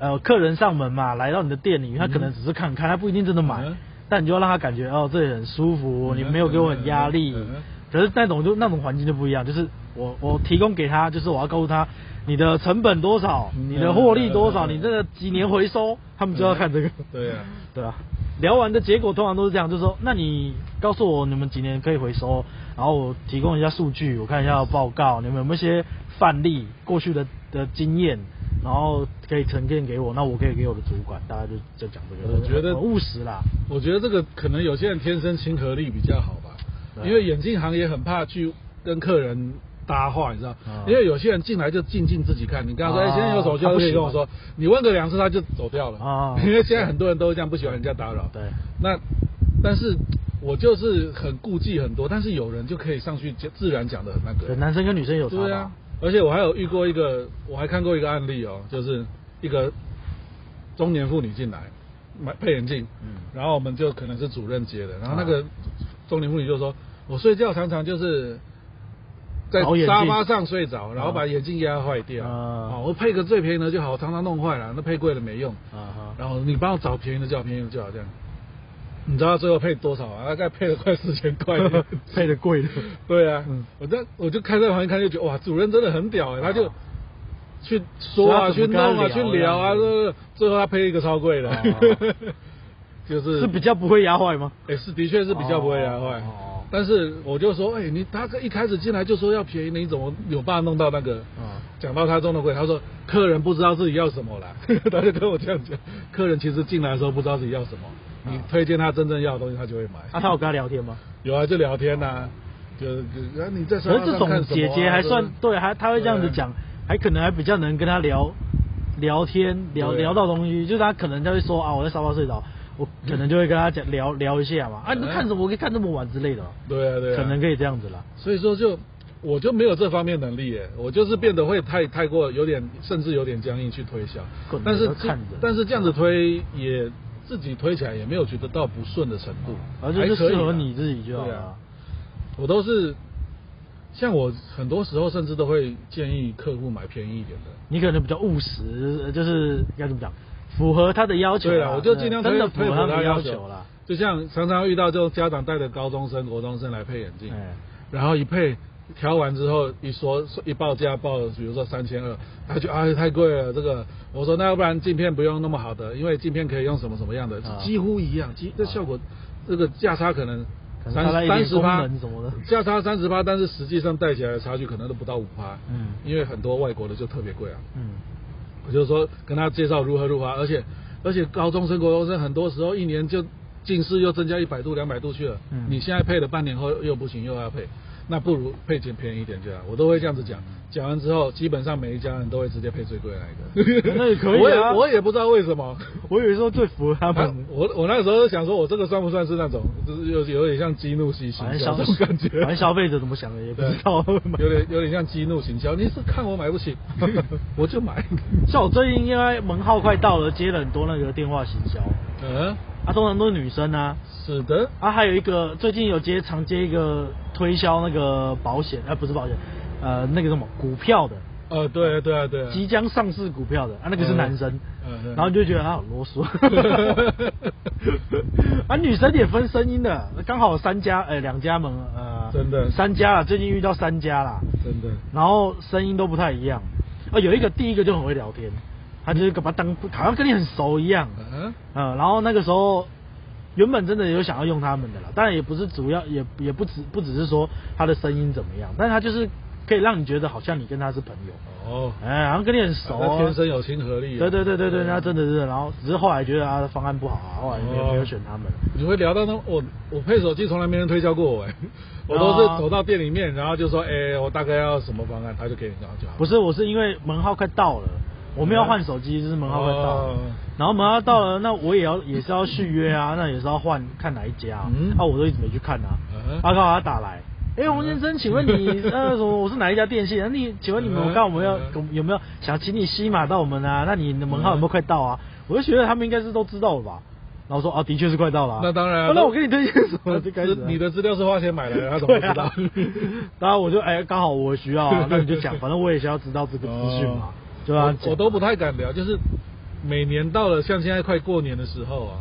S2: 呃，客人上门嘛，来到你的店里，他可能只是看看，他不一定真的买
S1: 嗯，
S2: 但你就要让他感觉哦，这里很舒服，
S1: 嗯
S2: 你没有给我很压力
S1: 嗯嗯嗯。
S2: 可是那种就那种环境就不一样，就是我我提供给他，就是我要告诉他你的成本多少，
S1: 嗯
S2: 你的获利多
S1: 嗯
S2: 少，
S1: 嗯嗯
S2: 你这个几年回收，他们就要看这个。
S1: 对呀、
S2: 对啊，聊完的结果通常都是这样，就是说，那你告诉我你们几年可以回收，然后我提供一下数据，我看一下报告，你们有没有一些范例、过去的的经验，然后可以呈现给我，那我可以给我的主管，大家就就讲这个。
S1: 我觉得
S2: 很务实啦，
S1: 我觉得这个可能有些人天生亲和力比较好吧，
S2: 对
S1: 因为眼镜行也很怕去跟客人搭话，你知道，
S2: 啊
S1: 因为有些人进来就静静自己看，你跟他说，哎、
S2: 啊
S1: 现在有什么需要
S2: 他不
S1: 可以
S2: 喜
S1: 跟我
S2: 欢
S1: 说，你问个两次他就走掉了，
S2: 啊
S1: 因为现在很多人都这样，不喜欢人家打扰。
S2: 对，
S1: 那但是我就是很顾忌很多，但是有人就可以上去讲自然讲的很那个，
S2: 对，男生跟女生有差吧
S1: 对啊，，而且我还有遇过一个，我还看过一个案例哦，就是一个中年妇女进来买配眼镜，
S2: 嗯
S1: 然后我们就可能是主任接的，然后那
S2: 啊
S1: 个中年妇女就说，我睡觉常常就是。在
S2: 搞眼
S1: 沙
S2: 镜
S1: 发上睡着，然后把眼镜压坏掉。
S2: 啊
S1: 哦，我配个最便宜的就好，常常弄坏了，那配贵的没用。
S2: 啊哈，，
S1: 然后你帮我找便宜的就好，便宜的就好这样。你知道他最后配多少啊？大概配了快四千块
S2: 配的贵的，
S1: 对啊，
S2: 嗯
S1: 我在我就开在旁边看，就觉得哇，主任真的很屌哎、他就
S2: 啊
S1: 去说啊，
S2: 所
S1: 去
S2: 以他
S1: 弄啊，去
S2: 怎么跟他
S1: 聊啊，
S2: 聊这
S1: 这最后他配了一个超贵的，
S2: 哦
S1: 就是
S2: 是比较不会压坏吗？
S1: 哎、是的确是比较不会啊，
S2: 哦
S1: 坏、
S2: 哦哦
S1: 但是我就说，哎、你他一开始进来就说要便宜，你怎么有办法弄到那个？
S2: 啊
S1: 讲到他中的贵，他说客人不知道自己要什么啦， 他就跟我这样讲，客人其实进来的时候不知道自己要什么，你
S2: 啊
S1: 推荐他真正要的东西，他就会买。
S2: 啊，他有跟他聊天吗？
S1: 有啊，就聊天呐、就就啊你在沙
S2: 可
S1: 发上
S2: 是这种
S1: 看什么啊
S2: 姐姐还
S1: 就
S2: 算
S1: 是
S2: 对，还她会这样子讲，还可能还比较能跟她聊聊天，聊
S1: 对啊
S2: 聊到东西，就是她可能就会说啊，我在沙发睡着，我可能就会跟她讲聊聊一下嘛，啊，
S1: 嗯
S2: 你们看什么？我可以看这么晚之类的，
S1: 对啊对啊，
S2: 可能可以这样子啦。
S1: 所以说就我就没有这方面能力耶，我就是变得会太太过有点甚至有点僵硬去推销
S2: 滚，
S1: 但是
S2: 你都看着
S1: 但是这样子推也自己推起来也没有觉得到不顺的程度，
S2: 而且
S1: 还
S2: 啊就
S1: 可以
S2: 适
S1: 啦
S2: 合你自己就好
S1: 对
S2: 了
S1: 啊。。我都是像我很多时候甚至都会建议客户买便宜一点的。
S2: 你可能比较务实，就是该怎么讲，符合她的要求啦。
S1: 对啊啦，我就尽量
S2: 真
S1: 推
S2: 的符
S1: 推
S2: 合她
S1: 他
S2: 的
S1: 要
S2: 求啦。。
S1: 就像常常遇到这种家长带着高中生、国中生来配眼镜，
S2: 哎，
S1: 然后一配调完之后一说一报价报，比如说三千二，他就啊太贵了这个。我说那要不然镜片不用那么好的，因为镜片可以用什么什么样的，
S2: 啊
S1: 几乎一样，几这效果、这个价差可能。
S2: 可能
S1: 三
S2: 差了一
S1: 三
S2: 点
S1: 十八
S2: 功能什么的
S1: 价差三十八，但是实际上带起来的差距可能都不到五趴，
S2: 嗯
S1: 因为很多外国的就特别贵啊，
S2: 嗯，
S1: 我就说跟他介绍如何如何啊，而且而且高中生、国中生很多时候一年就近视又增加一百度、两百度去了。
S2: 嗯
S1: 你现在配了半年后又不行，又要配，那不如配件便宜一点就好。我都会这样子讲，
S2: 嗯
S1: 讲完之后基本上每一家人都会直接配最贵的那一个。
S2: 那也可以啊
S1: 我也我也不知道为什么。
S2: 我有时候最符合他
S1: 啊
S2: 们。
S1: 我我那时候想说，我这个算不算是那种，就是有有点像激怒型
S2: 反
S1: 行销
S2: 正消
S1: 这种感觉，
S2: 反正消费者怎么想的也不知道。
S1: 有点有点像激怒行销。你是看我买不起， 我就买。
S2: 像我最近因为门号快到了，接了很多那个电话行销，
S1: 嗯，
S2: 啊，通常都是女生啊，
S1: 是的。
S2: 啊，还有一个最近有接常接一个推销那个保险，啊，不是保险，呃，那个什么股票的，
S1: 呃，对啊对啊对啊，
S2: 即将上市股票的，啊，那个是男生，
S1: 嗯嗯嗯
S2: 然后你就觉得他好啰 嗦，啊，女生也分声音的，刚好有三家，呃，两家门，呃，
S1: 真的
S2: 三家啦，最近遇到三家啦，
S1: 真的，
S2: 然后声音都不太一样。啊，有一个第一个就很会聊天，他就是把他当好像跟你很熟一样，
S1: 嗯，
S2: 嗯，然后那个时候原本真的有想要用他们的啦，当然也不是主要，也也不只不只是说他的声音怎么样，但是他就是可以让你觉得好像你跟他是朋友，
S1: 哦，
S2: 哎，好像跟你很熟、
S1: 他天生有亲和力啊，嗯
S2: 对对对对对，那真的是，然后只是后来觉得他的方案不好啊，后来没有、没有选他们。
S1: 你会聊到那我我配手机从来没人推销过 我哎，我都是
S2: 啊
S1: 走到店里面，然后就说哎，我大概要什么方案，他就给你，然后就好。
S2: 不是，我是因为门号快到了，我们要换手机，就是门号快到了
S1: 哦
S2: 然后门号到了，那我也要也是要续约啊，那也是要换看哪一家啊，
S1: 嗯
S2: 啊我都一直没去看啊
S1: 嗯，
S2: 啊刚好他打来。哎，王先生，请问 你呃什么？我是哪一家电信？啊你请问你们，
S1: 嗯
S2: 我看我们要
S1: 嗯
S2: 有没有想请你吸码到我们啊？那你的门号有没有快到啊？
S1: 嗯
S2: 我就觉得他们应该是都知道了吧。然后说啊，的确是快到了啊、
S1: 那当然啊
S2: 啊那我给你推荐什么？
S1: 那
S2: 就开始啊
S1: 资
S2: 了
S1: 你的资料是花钱买来的，他怎么
S2: 对
S1: 知道
S2: 啊？ 当然我就哎，刚好我需要 啊，那你就讲，反正我也想要知道这个资讯
S1: 哦，
S2: 嘛就让
S1: 我
S2: 他讲嗯
S1: 我都不太敢聊，就是每年到了像现在快过年的时候啊，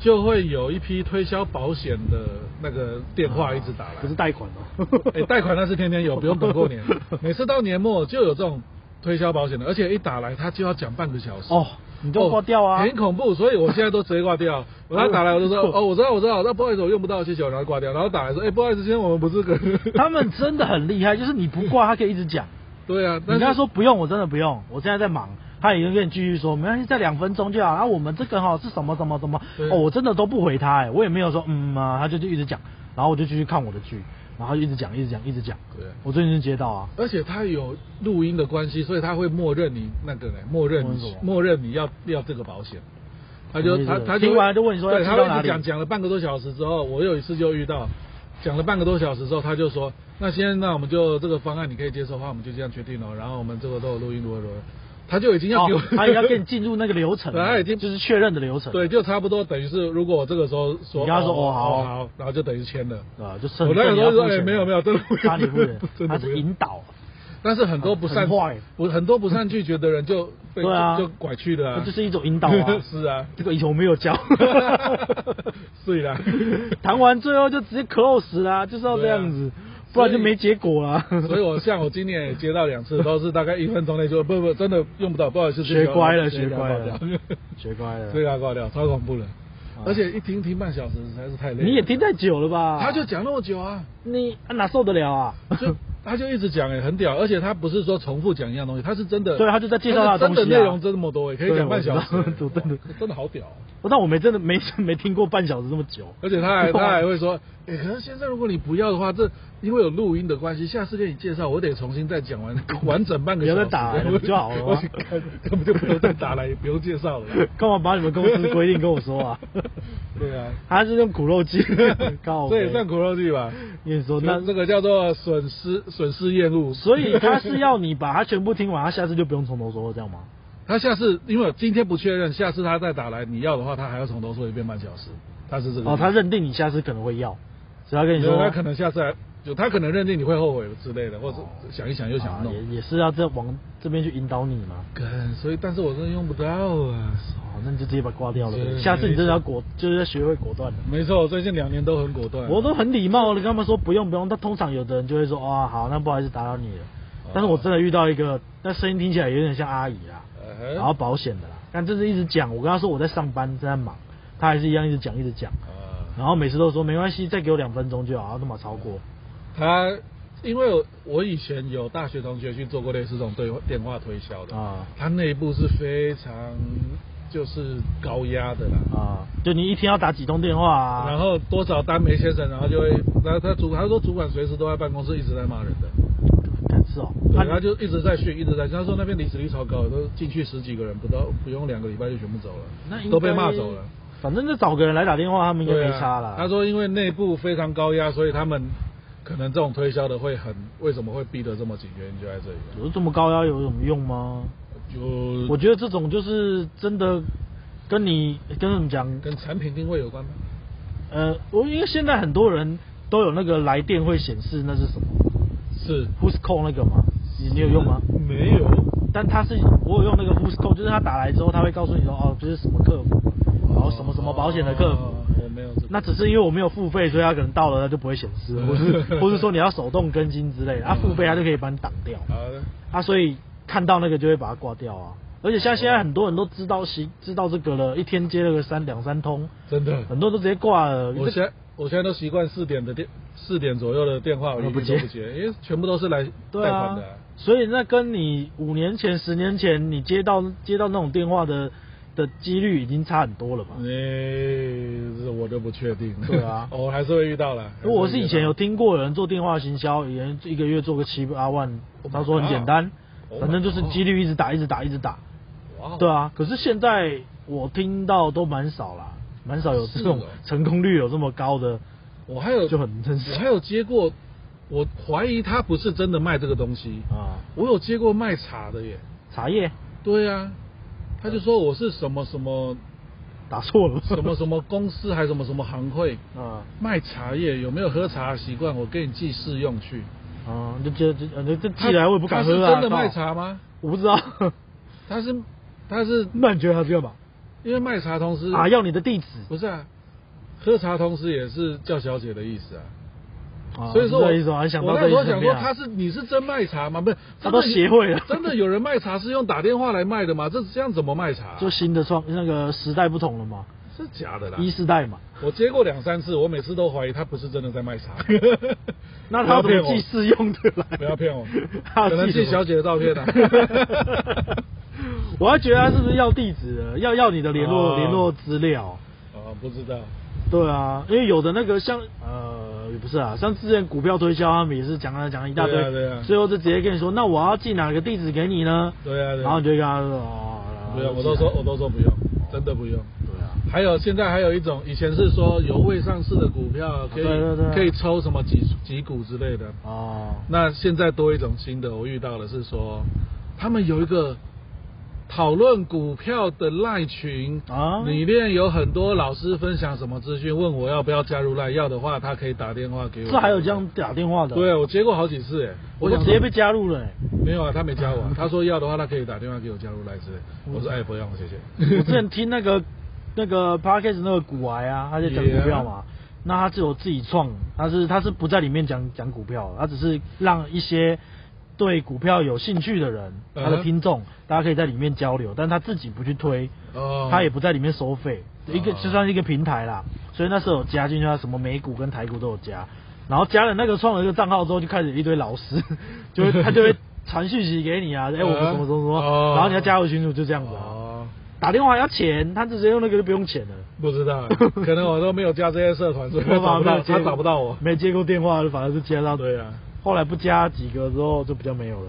S1: 就会有一批推销保险的那个电话一直打来，
S2: 啊不是贷款哦吗？
S1: 哎、贷款那是天天有，不用等过 年。每次到年末就有这种推销保险的，而且一打来他就要讲半个小时。
S2: 哦，你就挂掉啊
S1: 哦很恐怖，所以我现在都直接挂掉。我他打来我 就说，哦，我知道，我知道，那不好意思，我用不到，谢谢，然后挂掉。然后打来说，哎、不好意思，今天我们不是个。
S2: 他们真的很厉害，就是你不挂，他可以一直讲。
S1: 对啊，
S2: 你
S1: 但
S2: 跟
S1: 是
S2: 他说不用，我真的不用，我现在在忙。他也永远继续说没关系，再两分钟就好。然、啊后我们这个哈是什么什么什么
S1: 对，
S2: 哦，我真的都不回他哎，我也没有说嗯啊，他就就一直讲，然后我就继续看我的剧，然后他就一直讲一直讲一直讲。
S1: 对
S2: 我最近就接到啊，
S1: 而且它有录音的关系，所以它会默认你那个呢，默认
S2: 默认什么
S1: 默认你要要这个保险。他
S2: 什么
S1: 就
S2: 意思
S1: 他他就
S2: 听完就问你说要
S1: 对，
S2: 寄
S1: 他
S2: 到
S1: 会一直
S2: 哪里
S1: 讲讲了半个多小时之后，我有一次就遇到，讲了半个多小时之后，他就说，那先那我们就这个方案你可以接受的话，我们就这样决定了，然后我们这个都有录音如何如何，他就已经要
S2: 哦
S1: 给我，，
S2: 他也要跟你进入那个流程
S1: 对
S2: 了，
S1: 他已经
S2: 就是确认的流程，
S1: 对，就差不多等于是如果我这个时候说，
S2: 你跟他说
S1: 哦
S2: 哦好
S1: 好，然后就等于签了。
S2: 对啊吧？就剩
S1: 我那个时候
S2: 剩你要
S1: 说，
S2: 付
S1: 哎，
S2: 钱
S1: 没有没有，真的不
S2: 他
S1: 用
S2: 你付的
S1: 真，的
S2: 他
S1: 不
S2: 是
S1: 用
S2: 引导，
S1: 但是很多不善
S2: 很坏
S1: 不很多不善拒绝的人就被
S2: 对啊
S1: 就就拐去了、
S2: 这
S1: 啊，。
S2: 就是一种引导啊
S1: 是啊，
S2: 这个以前我没有 教，
S1: 对啦，
S2: 谈完最后就直接 close 啦，就是要这样子，不然就没结果啊啦。
S1: 啊 所以我像我今年也接到两次，都是大概一分钟内就不不真的用不到，不好意思，啊
S2: 学乖了
S1: 直接挂掉 啊
S2: 学学乖了
S1: 直，接给它挂掉，超恐怖的，
S2: 啊
S1: 而且一听听半小时实在是太累了，
S2: 你也听太久了吧？
S1: 他就讲那么久啊，
S2: 你啊哪受得了啊？
S1: 就他就一直讲哎、很屌，而且他不是说重复讲一样东西，他是真的，
S2: 对他就在介绍他的东西啊
S1: 是真的内容真的那么多哎、可以
S2: 对
S1: 讲半小时、
S2: 我知道 真的
S1: 哇真的好屌啊、
S2: 但我没真的没没听过半小时这么久。
S1: 而且他
S2: 哦
S1: 还他还会说，哎、可是先生，如果你不要的话，这因为有录音的关系，下次给你介绍，我得重新再讲完 完整半个小时。
S2: 不要再 打来了
S1: 我
S2: 不就好了吗
S1: 我去看根本就不用再打来，也不用介绍了。
S2: 干嘛把你们公司规定跟我说啊？
S1: 对 啊，
S2: 他是用苦肉 计，告
S1: 这也算苦肉计吧？
S2: 你说那
S1: 那这个叫做损失损失厌恶。
S2: 所以他是要你把它全部听完，他下次就不用从头说了，这样吗？
S1: 他下次因为我今天不确认，下次他再打来，你要的话，他还要从头说一遍半小时。他是这个意思。
S2: 哦，他认定你下次可能会要，所以他跟你
S1: 就是
S2: 说，
S1: 他可能下次还就他可能认定你会后悔之类的，或者
S2: 哦
S1: 想一想又想
S2: 啊
S1: 弄。
S2: 也也是要这往这边去引导你嘛。
S1: 干，所以但是我真的用不到啊。
S2: 哦，那你就直接把它挂掉了
S1: 是
S2: 呗。下次你真的要果，就是要学会果断的。
S1: 没错，我最近两年都很果断。
S2: 我都很礼貌的跟他们说不用不用，但通常有的人就会说啊、好，那不好意思打扰你了。但是我真的遇到一个，那声音听起来有点像阿姨啦，
S1: 呃，
S2: 然后保险的啦，但就是一直讲，我跟他说我在上班正在忙，他还是一样一直讲一直讲，
S1: 啊，
S2: 然后每次都说没关系，再给我两分钟就好，他妈超过。
S1: 他因为我我以前有大学同学去做过类似这种对话电话推销的，
S2: 啊
S1: 他内部是非常就是高压的啦。
S2: 啊，就你一天要打几通电话啊？
S1: 然后多少单没签成，然后就会，然后他主他说主管随时都在办公室一直在骂人的，
S2: 是哦，
S1: 对，
S2: 那
S1: 他就一直在训，一直在训。他说那边离职率超高，都进去十几个人，不到不用两个礼拜就全部走
S2: 那
S1: 了，
S2: 应该
S1: 都被骂走了。
S2: 反正就找个人来打电话，他们应该
S1: 对
S2: 没差啦。
S1: 啊。他说因为内部非常高压，所以他们可能这种推销的会很为什么会逼得这么紧，原因就在这里了。
S2: 有这么高压有什么用吗？
S1: 就
S2: 我觉得这种就是真的跟你跟怎么讲，
S1: 跟产品定位有关吗？
S2: 呃，我因为现在很多人都有那个来电会显示那是什么
S1: 是，
S2: ，Who's call 那个嘛，你你有用吗？
S1: 没有。
S2: 但他是我有用那个 Who's call，就是他打来之后他会告诉你说哦，这是什么客服，然后哦什么什么保险的客服。
S1: 哦我没有这个。
S2: 那只是因为我没有付费，所以他可能到了他就不会显示，
S1: 嗯
S2: 或是或是说你要手动更新之类的，他、啊付费他就可以帮你挡掉。
S1: 好的，
S2: 啊，所以看到那个就会把它挂掉啊。而且像现在很多人都知道习知道这个了，一天接了个三两三通，
S1: 真的。
S2: 很多都直接挂了。
S1: 嗯我现在我现在都习惯四点的电四点左右的电话，我一律
S2: 啊我不
S1: 都
S2: 接
S1: 不接，因为全部都是来
S2: 对
S1: 贷款
S2: 啊
S1: 的啊。，
S2: 所以那跟你五年前、十年前你接到接到那种电话的的几率已经差很多了嘛。
S1: 诶，这我就不确定。
S2: 对啊
S1: 我还是会遇到啦。
S2: 如果我是以前有
S1: 还会遇
S2: 听过有人做电话行销，有人一个月做个七八万，
S1: Oh my
S2: 他说很简单
S1: God，
S2: 反正就是
S1: Oh my God
S2: 几率一直打，一直打，一直打。
S1: 到哇哦
S2: 对啊，可是现在我听到都蛮少啦，蛮少有这种
S1: 是哦
S2: 成功率有这么高的，
S1: 我还有
S2: 就很真实
S1: 我还有接过，我怀疑他不是真的卖这个东西，
S2: 啊，
S1: 我有接过卖茶的耶。
S2: 茶叶
S1: 对啊，他就说我是什么什么
S2: 打错了，
S1: 什么什么公司，还什么什么行会
S2: 啊
S1: 卖茶叶，有没有喝茶的习惯？我给你寄试用去。
S2: 啊，就就就呃这寄来我也不敢喝
S1: 他
S2: 啊，
S1: 是真的卖
S2: 靠，
S1: 茶吗？
S2: 我不知道，
S1: 他是他是
S2: 那你觉得他是干嘛？
S1: 因为卖茶同时
S2: 啊，要你的地址，
S1: 不是啊，喝茶同时也是叫小姐的意思啊。
S2: 啊
S1: 所以说
S2: 我
S1: 我
S2: 知道意思吗？想到
S1: 我
S2: 这
S1: 那
S2: 一
S1: 时候
S2: 层
S1: 想说
S2: 面啊
S1: 他是你是真卖茶吗？不是，
S2: 他
S1: 真
S2: 都
S1: 的
S2: 协会了，
S1: 真的有人卖茶是用打电话来卖的吗？这这样怎么卖茶啊、
S2: 就新的创那个时代不同了嘛，
S1: 是啊假的啦。
S2: 一世代嘛，
S1: 我接过两三次，我每次都怀疑他不是真的在卖茶。
S2: 那
S1: 不要
S2: 他怎
S1: 骗
S2: 么
S1: 我
S2: 寄，试用的来？，
S1: 不要骗我
S2: 他要
S1: 可能
S2: 寄
S1: 寄
S2: 什么
S1: 小姐的照片啊。
S2: 我还觉得他是不是要地址了，要要你的联络
S1: 哦
S2: 联络资料？
S1: 哦，不知道。
S2: 对啊，因为有的那个像呃也不是啊，像之前股票推销他们也是讲啊讲一大堆，
S1: 对啊对啊
S2: 最后就直接跟你说，那我要寄哪个地址给你呢？
S1: 对啊，对
S2: 然后
S1: 啊
S2: 你。就跟他说哦，
S1: 不用，我都说，我都说不用，真的不用。
S2: 对啊，
S1: 还有现在还有一种，以前是说有未上市的股票可以
S2: 对对对
S1: 可以抽什么几几股之类的。
S2: 哦，
S1: 那现在多一种新的，我遇到的是说，他们有一个讨论股票的赖群
S2: 啊
S1: 里面有很多老师分享什么资讯，问我要不要加入赖，要的话他可以打电话给我。
S2: 这还有这样打电话的？
S1: 对，我接过好几次哎、
S2: 我就
S1: 想
S2: 直
S1: 说
S2: 接被加入了、欸。
S1: 没有啊，他没加我啊、 他说要的话他可以打电话给我加入赖之类的。我说哎，不用，谢 谢。
S2: 我之前听那个那个 podcast 那个股癌啊，他在讲股票嘛那他只有自己创，他是他是不在里面讲讲股票的，他只是让一些对股票有兴趣的人，
S1: 嗯
S2: 他
S1: 哼
S2: 的听众，大家可以在里面交流，但他自己不去推，
S1: 哦，
S2: 他也不在里面收费，一个
S1: 哦
S2: 就算是一个平台啦，所以那时候有加进去，他什么美股跟台股都有加，然后加了那个创了一个账号之后，就开始有一堆老师， 就会他就会传讯息给你啊，哎、我们什么什么什么，
S1: 哦
S2: 然后你要加入群组就这样子啊。
S1: 哦。
S2: 打电话要钱，他直接用那个就不用钱了。
S1: 不知 道，可能我都没有加这些社团，所以他
S2: 我
S1: 找不
S2: 没有
S1: 到，
S2: 接过
S1: 他找不到我。
S2: 没接过电话，反而是接到。
S1: 对啊，
S2: 后来不加几个之后就比较没有了。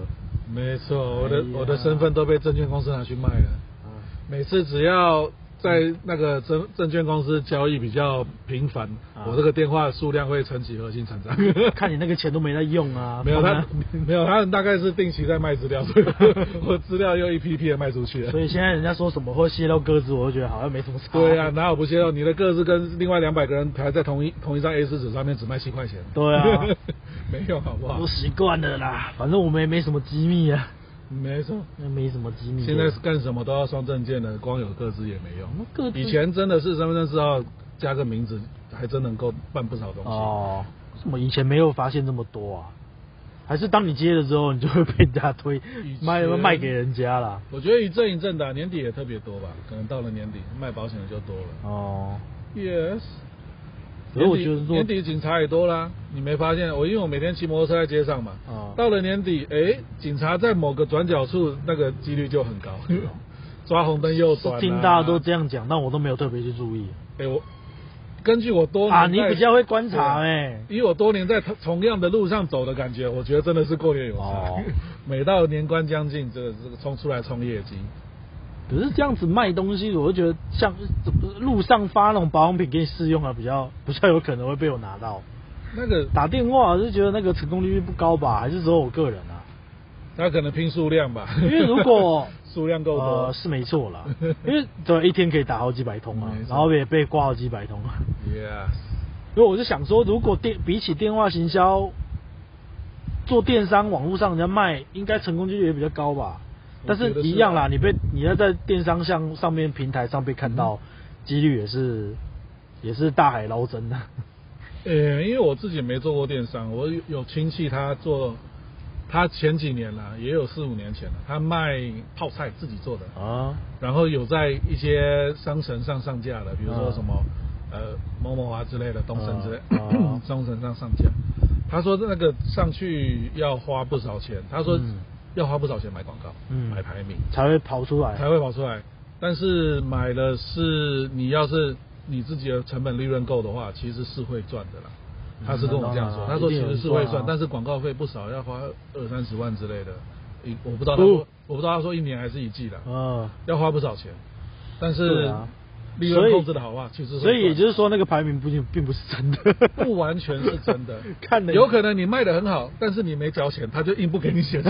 S1: 没错，我的、
S2: 哎呀
S1: 我的身份都被证券公司拿去卖了。每次只要在那个证证券公司交易比较频繁，
S2: 啊
S1: 我这个电话数量会呈几何性成长。
S2: 看你那个钱都没在用
S1: 啊
S2: 啊，
S1: 没有
S2: 放在
S1: 他， 没有他大概是定期在卖资料， 所以我资料又一批批的卖出去了
S2: 所。以现在人家说什么会泄露鸽子，我就觉得好像没什么差。
S1: 对啊，，哪有不泄露？你的个是跟另外两百个人排在同一同一张 A 4纸上面，只卖七块钱。
S2: 对啊，
S1: 没有好不好
S2: 都？习惯了啦，反正我们也没什么机密啊，
S1: 没错。
S2: 那没什么机密。
S1: 现在是干什么都要双证件的，光有各自也没用
S2: 什么嗯各。自
S1: 以前真的是身份证字号加个名字，还真能够办不少东西。
S2: 哦，怎么以前没有发现这么多啊？还是当你接了之后，你就会被人家推
S1: 以前
S2: 卖卖给人家啦。
S1: 我觉得一阵一阵的啊、年底也特别多吧，可能到了年底卖保险的就多了。
S2: 哦，
S1: Yes。
S2: 可是我
S1: 年底
S2: 觉得说
S1: 年底警察也多啦，你没发现？我因为我每天骑摩托车在街上嘛，
S2: 哦
S1: 到了年底，哎，警察在某个转角处那个几率就很高， 抓红灯右转、啊。
S2: 是哦听大家都这样讲，但我都没有特别去注意
S1: 哎，我根据我多年
S2: 啊。你
S1: 在
S2: 比较会观察
S1: 对
S2: 哎、
S1: 以我多年在同同样的路上走的感觉，我觉得真的是过年有差。
S2: 哦
S1: 每到年关将近，这个这个冲出来冲业绩，
S2: 可是这样子卖东西，我就觉得像路上发那种保养品给你试用啊，比较比较有可能会被我拿到。
S1: 那个
S2: 打电话我就觉得那个成功率不高吧，还是只有我个人啊？
S1: 他可能拼数量吧。
S2: 因为 如果
S1: 数量够
S2: 呃
S1: 多，
S2: 是没 错 啦，因为对一天可以打好几百通啊
S1: 没，错
S2: 然后也被挂好几百通啊。
S1: yes，
S2: 所以我就想说，如果电比起电话行销，做电商网络上人家卖，应该成功几率也比较高吧。
S1: 我
S2: 但
S1: 觉得
S2: 是
S1: 是啊
S2: 一样啦，你被你要在电商上上面平台上被看到，
S1: 嗯
S2: 几率也是也是大海捞针的。
S1: 呃，因为我自己没做过电商，我有有亲戚他做，他前几年啦、也有四五年前了、他卖泡菜自己做的，
S2: 啊，
S1: 然后有在一些商城上上架的，比如说
S2: 嗯
S1: 什么、呃某某啊之类的，东森之类，
S2: 嗯
S1: 商城上上架。他说那个上去要花不少钱，他说
S2: 嗯
S1: 要花不少钱买广告，
S2: 嗯
S1: 买排名
S2: 才会跑出来。
S1: 才会跑出来。但是买了是你要是你自己的成本利润够的话，其实是会赚的啦。他是跟我这样说，
S2: 嗯
S1: 他说
S2: 一
S1: 其
S2: 定有
S1: 实是会
S2: 赚啊
S1: 赚，但是广告费不少，要花二三十万之类的。一我不知道他
S2: 不
S1: 说，我不知道他说一年还是一季的。
S2: 嗯，
S1: 要花不少钱，但
S2: 对
S1: 是
S2: 啊
S1: 利
S2: 所
S1: 润
S2: 以
S1: 控制的好不好，其实
S2: 所以也就是是 说，那个排名不仅并不是真的，，
S1: 不完全是真的
S2: 看了
S1: 有可能你卖的很好，但是你没交钱， 他就硬不给你 显示，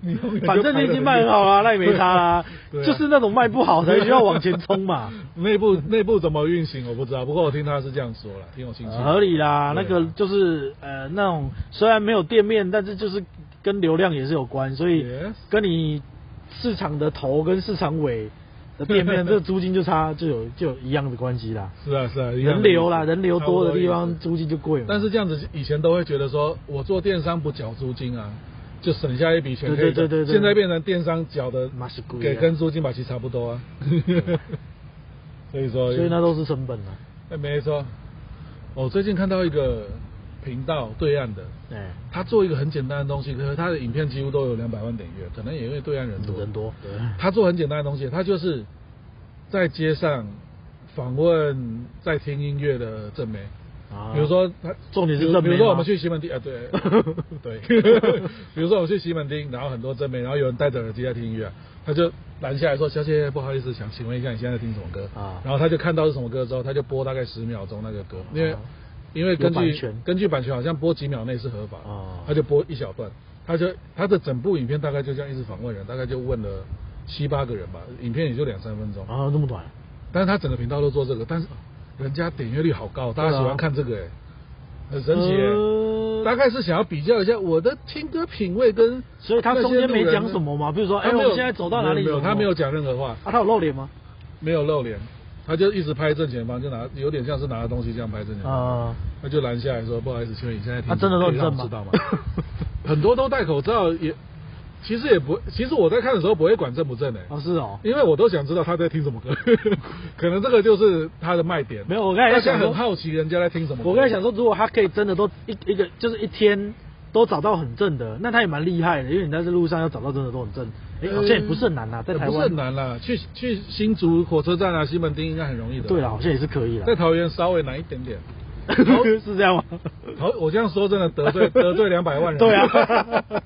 S1: 你永远就
S2: 反正你已经卖很好啦，那也没差啦，
S1: 对啊
S2: 就是那种卖不好才需要往前冲 嘛。
S1: 内部内部怎么运行我不知道，不过我听他是这样说了，挺有亲戚
S2: 呃合理啦，那
S1: 对啊
S2: 个就是呃那种虽然没有店面，但是就是跟流量也是有关，所以
S1: Yes
S2: 跟你市场的头跟市场尾变 变这个租金就差就有就有一样的关系啦。
S1: 是啊是啊，一样的
S2: 人流啦，
S1: 意思
S2: 人流多的地
S1: 差不多意
S2: 方
S1: 思
S2: 租金就贵嘛。
S1: 但是这样子以前都会觉得说，我做电商不缴租金啊，就省下一笔钱可以
S2: 对对对对对
S1: 现在变成电商缴的，
S2: 嘛是贵啊
S1: 给跟租金把其实差不 多啊。所以说，
S2: 所以那都是成本啊。
S1: 哎没错。我最近看到一个频道对岸的，
S2: 哎，
S1: 他做一个很简单的东西，可是他的影片几乎都有两百万点阅，可能也因为对岸人多。
S2: 人多，对，
S1: 他做很简单的东西，他就是在街上访问在听音乐的正妹，
S2: 啊
S1: 比如说他
S2: 重点是
S1: 比如
S2: 正妹
S1: 比如说
S2: 吗
S1: 我们去西门町啊， 对对， 比如说我们去西门町，然后很多正妹，然后有人戴着耳机在听音乐，啊他就拦下来说：“小姐，不好意思，想请问一下你现在在听什么歌？”
S2: 啊
S1: 然后他就看到是什么歌之后，他就播大概十秒钟那个歌，因为、
S2: 啊
S1: 因为根
S2: 有版
S1: 据
S2: 权
S1: 根据版权好像播几秒内是合法的，
S2: 啊
S1: 他就播一小段，他就他的整部影片大概就这样一直访问人，大概就问了七八个人吧，影片也就两三分钟，
S2: 啊那么短，
S1: 但是他整个频道都做这个，但是人家点阅率好高，大家喜欢看这个哎、很神奇哎、
S2: 啊呃
S1: 大概是想要比较一下我的听歌品味跟
S2: 所以他中间没讲什么嘛，比如说，
S1: 那些
S2: 哎，
S1: 路人呢，
S2: 我们现在走到哪里？
S1: 没有，没有
S2: 什么
S1: 他没有讲任何话，
S2: 啊，他有露脸吗？
S1: 没有露脸，他就一直拍正前方，就拿有点像是拿着东西这样拍正前方，
S2: 啊，
S1: 他就拦下来说不好意思，请问你现在听
S2: 他啊真的都很
S1: 可以让
S2: 正
S1: 我
S2: 吗
S1: 知道吗？ 很多都戴口罩，也其实也不，其实我在看的时候不会管正不正哎、
S2: 哦，是哦，
S1: 因为我都想知道他在听什么歌， 可能这个就是他的卖点。
S2: 没有我刚才在
S1: 大家
S2: 想说
S1: 很好奇人家在听什么歌。
S2: 我刚才想说，如果他可以真的都一一个就是一天都找到很正的，那他也蛮厉害的，因为你在这路上要找到真的都很正，哎，好像也不是很难啊，在
S1: 呃
S2: 台
S1: 不是
S2: 湾
S1: 很，难啦，去去新竹火车站啊、西门町应该很容易的。
S2: 对啊了，好像也是可 以
S1: 在
S2: 的，
S1: 桃园稍微难一点点。
S2: 是这样吗？
S1: 呃桃，我这样说真的得 罪得罪两百万人。
S2: 对啊。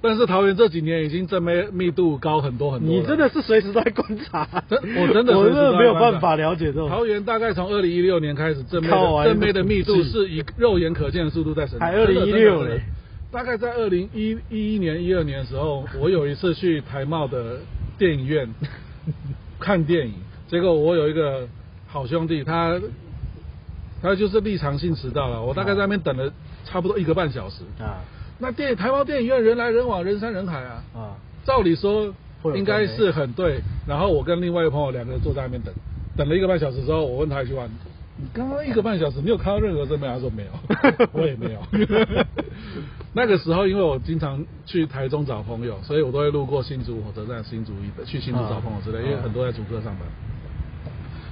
S1: 但是桃园这几年已经正妹密度高很多很多了。
S2: 你真的是随时都在观察，
S1: 真我真的
S2: 我
S1: 随时
S2: 真
S1: 都在
S2: 的没有
S1: 观察
S2: 办法了解这种。
S1: 桃园大概从二零一六年开始，正妹
S2: 靠啊
S1: 的正妹的密度
S2: 是
S1: 是以肉眼可见的速度在成长。
S2: 还
S1: 真的真的
S2: 2016
S1: 真的
S2: 嘞
S1: 大概在二零一一年、一二年的时候，我有一次去台茂的电影 院看电影，结果我有一个好兄弟，他他就是立场性迟到了，我大概在那边等了差不多一个半小时。
S2: 啊
S1: 那电台茂电影院人来人往，人山人海啊，
S2: 啊，
S1: 照理说
S2: 会有
S1: 应该
S2: 氛围
S1: 是很对。然后我跟另外一个朋友两个人坐在那边等，等了一个半小时之后，我问他一句话：“你刚刚一个半小时，你有看到任何正面？”他说：“ 没有，我也没有。” 那个时候，因为我经常去台中找朋友，所以我都会路过新竹火车站、新竹一的去新竹找朋友之
S2: 啊
S1: 类，因为很多在竹科上班。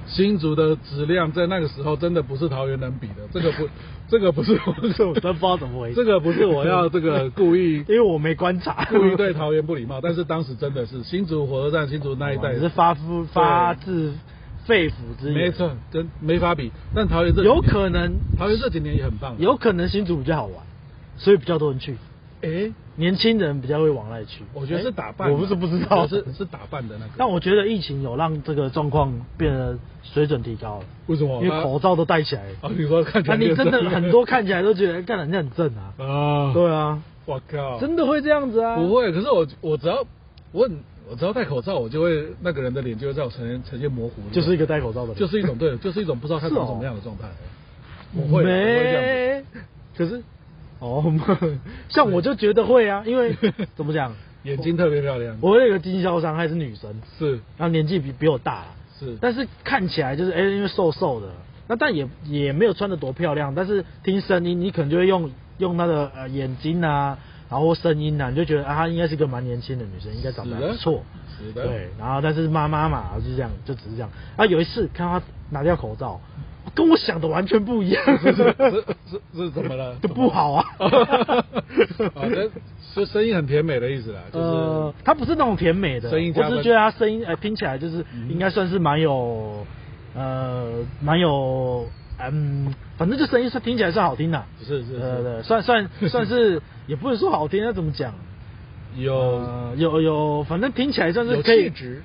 S1: 新竹的质量在那个时候真的不是桃园能比的，这个不，这个不是我，
S2: 这我真不知道怎么回事。
S1: 这个不是我要这个故意
S2: 因为我没观察，
S1: 故意对桃园 不礼貌，但是当时真的是新竹火车站、新竹 那一带
S2: 你，是发自发自肺腑之言，
S1: 没，错，跟没法比。但桃园这几
S2: 有
S1: 年
S2: 可能
S1: 桃园这几年也很棒，
S2: 有可能新竹比较好玩，所以比较多人去，
S1: 诶，
S2: 年轻人比较会往那里去。
S1: 我觉得是打扮
S2: 哎
S1: 的，
S2: 我不是不知道，
S1: 是是打扮的那个。
S2: 但我觉得疫情有让这个状况变得水准提高了，
S1: 为什么？
S2: 因为口罩都戴起来了。
S1: 哦，你说看起
S2: 那
S1: 来
S2: 你真的
S1: 就是
S2: 很多看起来都觉得，干人家很正啊，
S1: 啊，
S2: 对啊，
S1: 我靠，
S2: 真的会这样子啊？
S1: 不会。可是我我只要我很我只要戴口罩，我就会那个人的脸就会在我呈现呈现模糊，
S2: 就是一个戴口罩的人，
S1: 就是一种对，就是一种不知道他
S2: 是
S1: 长
S2: 哦
S1: 什么样的状态。我会我会这样子。
S2: 没，可是哦， 像我就觉得会啊，因为怎么讲，
S1: 眼睛特别漂亮，
S2: 我有一个经销商，她也是女生，
S1: 是
S2: 然后年纪比比我大啊啦，
S1: 是，
S2: 但是看起来就是哎、因为瘦瘦的，那但也也没有穿的多漂亮，但是听声音，你可能就会用用她的呃眼睛啊，然后声音啊，你就觉得啊，她应该是个蛮年轻的女生，应该长得还不错。
S1: 是的，
S2: 对，然后但是妈妈嘛，就这样，就只是这样。啊，有一次看到她拿掉口罩，跟我想的完全不一样。
S1: 是是是是怎么了？
S2: 就不好啊
S1: 好的，就声音很甜美的意思啦，就是
S2: 呃，他不是那种甜美的，
S1: 声音加
S2: 我
S1: 分嗯
S2: 只是觉得他声音呃听起来就是应该算是蛮有呃蛮有嗯，反正就声音是听起来是好听的、
S1: 是是
S2: 呃，
S1: 是
S2: 对 算算算是也不能说好听，那怎么讲？
S1: 有
S2: 呃有有，反正听起来算是
S1: 有
S2: 可
S1: 气
S2: 以，
S1: 质，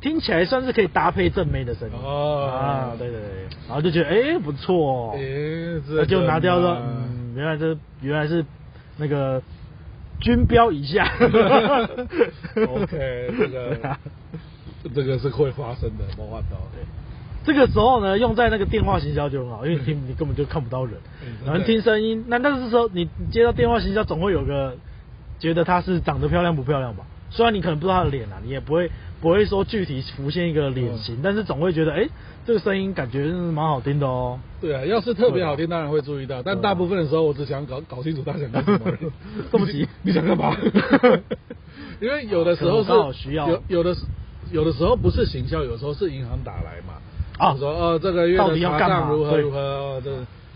S2: 听起来算是可以搭配正妹的声音
S1: 哦
S2: 啊，对对对，然后就觉得哎、不错、哦，
S1: 诶，
S2: 那
S1: 这
S2: 就拿掉
S1: 个
S2: 说，
S1: 嘛
S2: 嗯，原来这原来是那个军标以下
S1: OK，这个
S2: 对啊
S1: 这个是会发生的，没办法。
S2: 这个时候呢，用在那个电话行销就很好，因为你听你根本就看不到人
S1: 嗯，
S2: 然后听声音。那那是时候你你接到电话行销，总会有个觉得她是长得漂亮不漂亮吧？虽然你可能不知道他的脸啊，你也不会不会说具体浮现一个
S1: 嗯
S2: 脸型，但是总会觉得，哎、这个声音感觉嗯蛮好听的哦。
S1: 对啊，要是特别好
S2: 对
S1: 听，当然会注意到，但
S2: 对啊
S1: 大部分的时候，我只想搞搞清楚他
S2: 。
S1: 想干什么而已
S2: 这么急
S1: 你想干嘛？ 因为有的时候
S2: 哦可能刚好
S1: 是
S2: 需要
S1: 有有的时有的时候不是行销，有时候是银行打来嘛。
S2: 啊
S1: 说哦，这个月
S2: 到
S1: 的
S2: 底要
S1: 查
S2: 干
S1: 账
S2: 嘛
S1: 如何
S2: 对
S1: 如何？哦这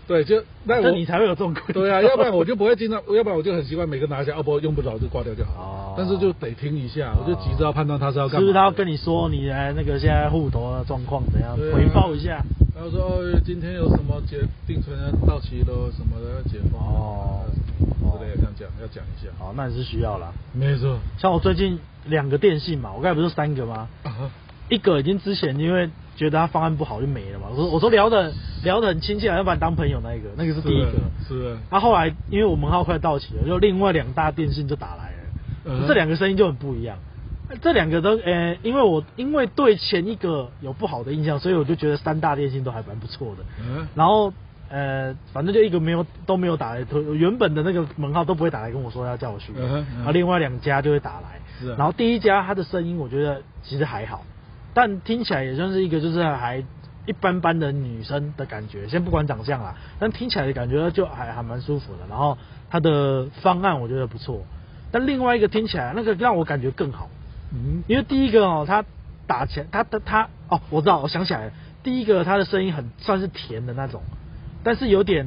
S1: 对，就那
S2: 这
S1: 我
S2: 你才会有这种困 扰
S1: 对啊，要不然我就不会经常，要不然我就很习惯每个拿一下，哦不，用不着就挂掉就
S2: 哦
S1: 好。但是就得听一下，我就急着要判断他是要
S2: 是
S1: 干嘛的。
S2: 不是他要跟你说你来那个现在互投的状况怎样，
S1: 对啊
S2: 回报一下？
S1: 然后说哦，今天有什么解定存的到期喽，什么的要解封啊
S2: 哦
S1: 之类的，这样讲要讲一下。
S2: 好，那你是需要啦。
S1: 没错。
S2: 像我最近两个电信嘛，我刚才不是三个吗？
S1: 啊
S2: 一个已经之前因为觉得他方案不好就没了嘛。我说我说聊的聊的很亲切，要把你当朋友那一个，那个是第一个
S1: 是的。是的
S2: 他、后来因为我门号快到期了，就另外两大电信就打来了，
S1: 嗯哼
S2: 这两个声音就很不一样。这两个都呃，因为我因为对前一个有不好的印象，所以我就觉得三大电信都还蛮不错的。
S1: 嗯
S2: 然后呃，反正就一个没有都没有打来，原本的那个门号都不会打来跟我说要叫我去，
S1: 嗯哼嗯
S2: 然后另外两家就会打来。
S1: 是啊
S2: 然后第一家他的声音我觉得其实还好，但听起来也算是一个就是还一般般的女生的感觉，先不管长相啦，但听起来的感觉就还还蛮舒服的。然后他的方案我觉得不错，但另外一个听起来那个让我感觉更好，
S1: 嗯
S2: 因为第一个哦，他打前他他他哦，我知道，我想起来了，第一个他的声音很算是甜的那种，但是有点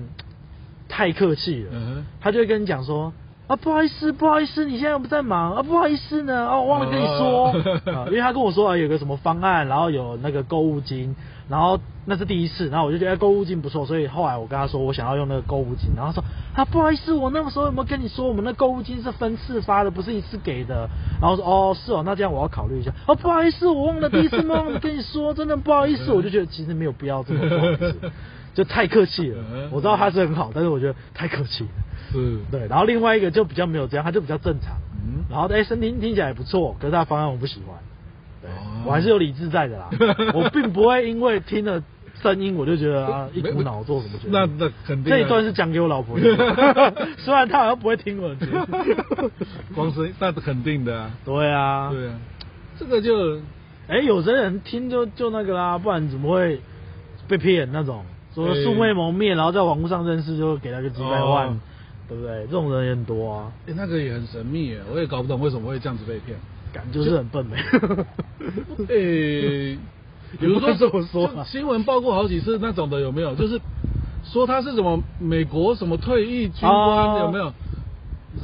S2: 太客气了，
S1: 嗯哼
S2: 他就会跟你讲说。啊，不好意思，不好意思，你现在不在忙啊，不好意思呢，哦，忘了跟你说，
S1: 哦
S2: 啊因为他跟我说啊，有个什么方案，然后有那个购物金，然后那是第一次，然后我就觉得哎购物金不错，所以后来我跟他说我想要用那个购物金，然后他说啊不好意思，我那个时候有没有跟你说我们那购物金是分次发的，不是一次给的，然后说哦是哦，那这样我要考虑一下，哦不好意思，我忘了第一次忘了跟你说，真的不好意思，我就觉得其实没有必要这么不好意思，就太客气了
S1: 嗯，
S2: 我知道他是很好，但是我觉得太客气了。
S1: 是
S2: 对，然后另外一个就比较没有这样，他就比较正常。
S1: 嗯
S2: 然后哎，声听听起来也不错，可是他的方案我不喜欢。对，
S1: 哦
S2: 我还是有理智在 的啦，我并不会因为听了声音我就觉得啊一股脑做什么决定。
S1: 那那肯定啊
S2: 这一段是讲给我老婆听的，虽然她好像不会听我的节目。
S1: 光是那肯定的啊，
S2: 对啊，
S1: 对啊，这个就
S2: 哎，有些人听就就那个啦，不然怎么会被骗那种？说
S1: 哎
S2: 素昧蒙面，然后在网络上认识，就给他个几百万，
S1: 哦
S2: 对不对？这种人也很多啊。
S1: 诶那个也很神秘耶，我也搞不懂为什么会这样子被骗。
S2: 感就是 很笨呗。
S1: 诶、 比如说
S2: 也不能这么说啊
S1: 就新闻报过好几次那种的，有没有？就是说他是什么美国什么退役军官，
S2: 哦
S1: 有没有？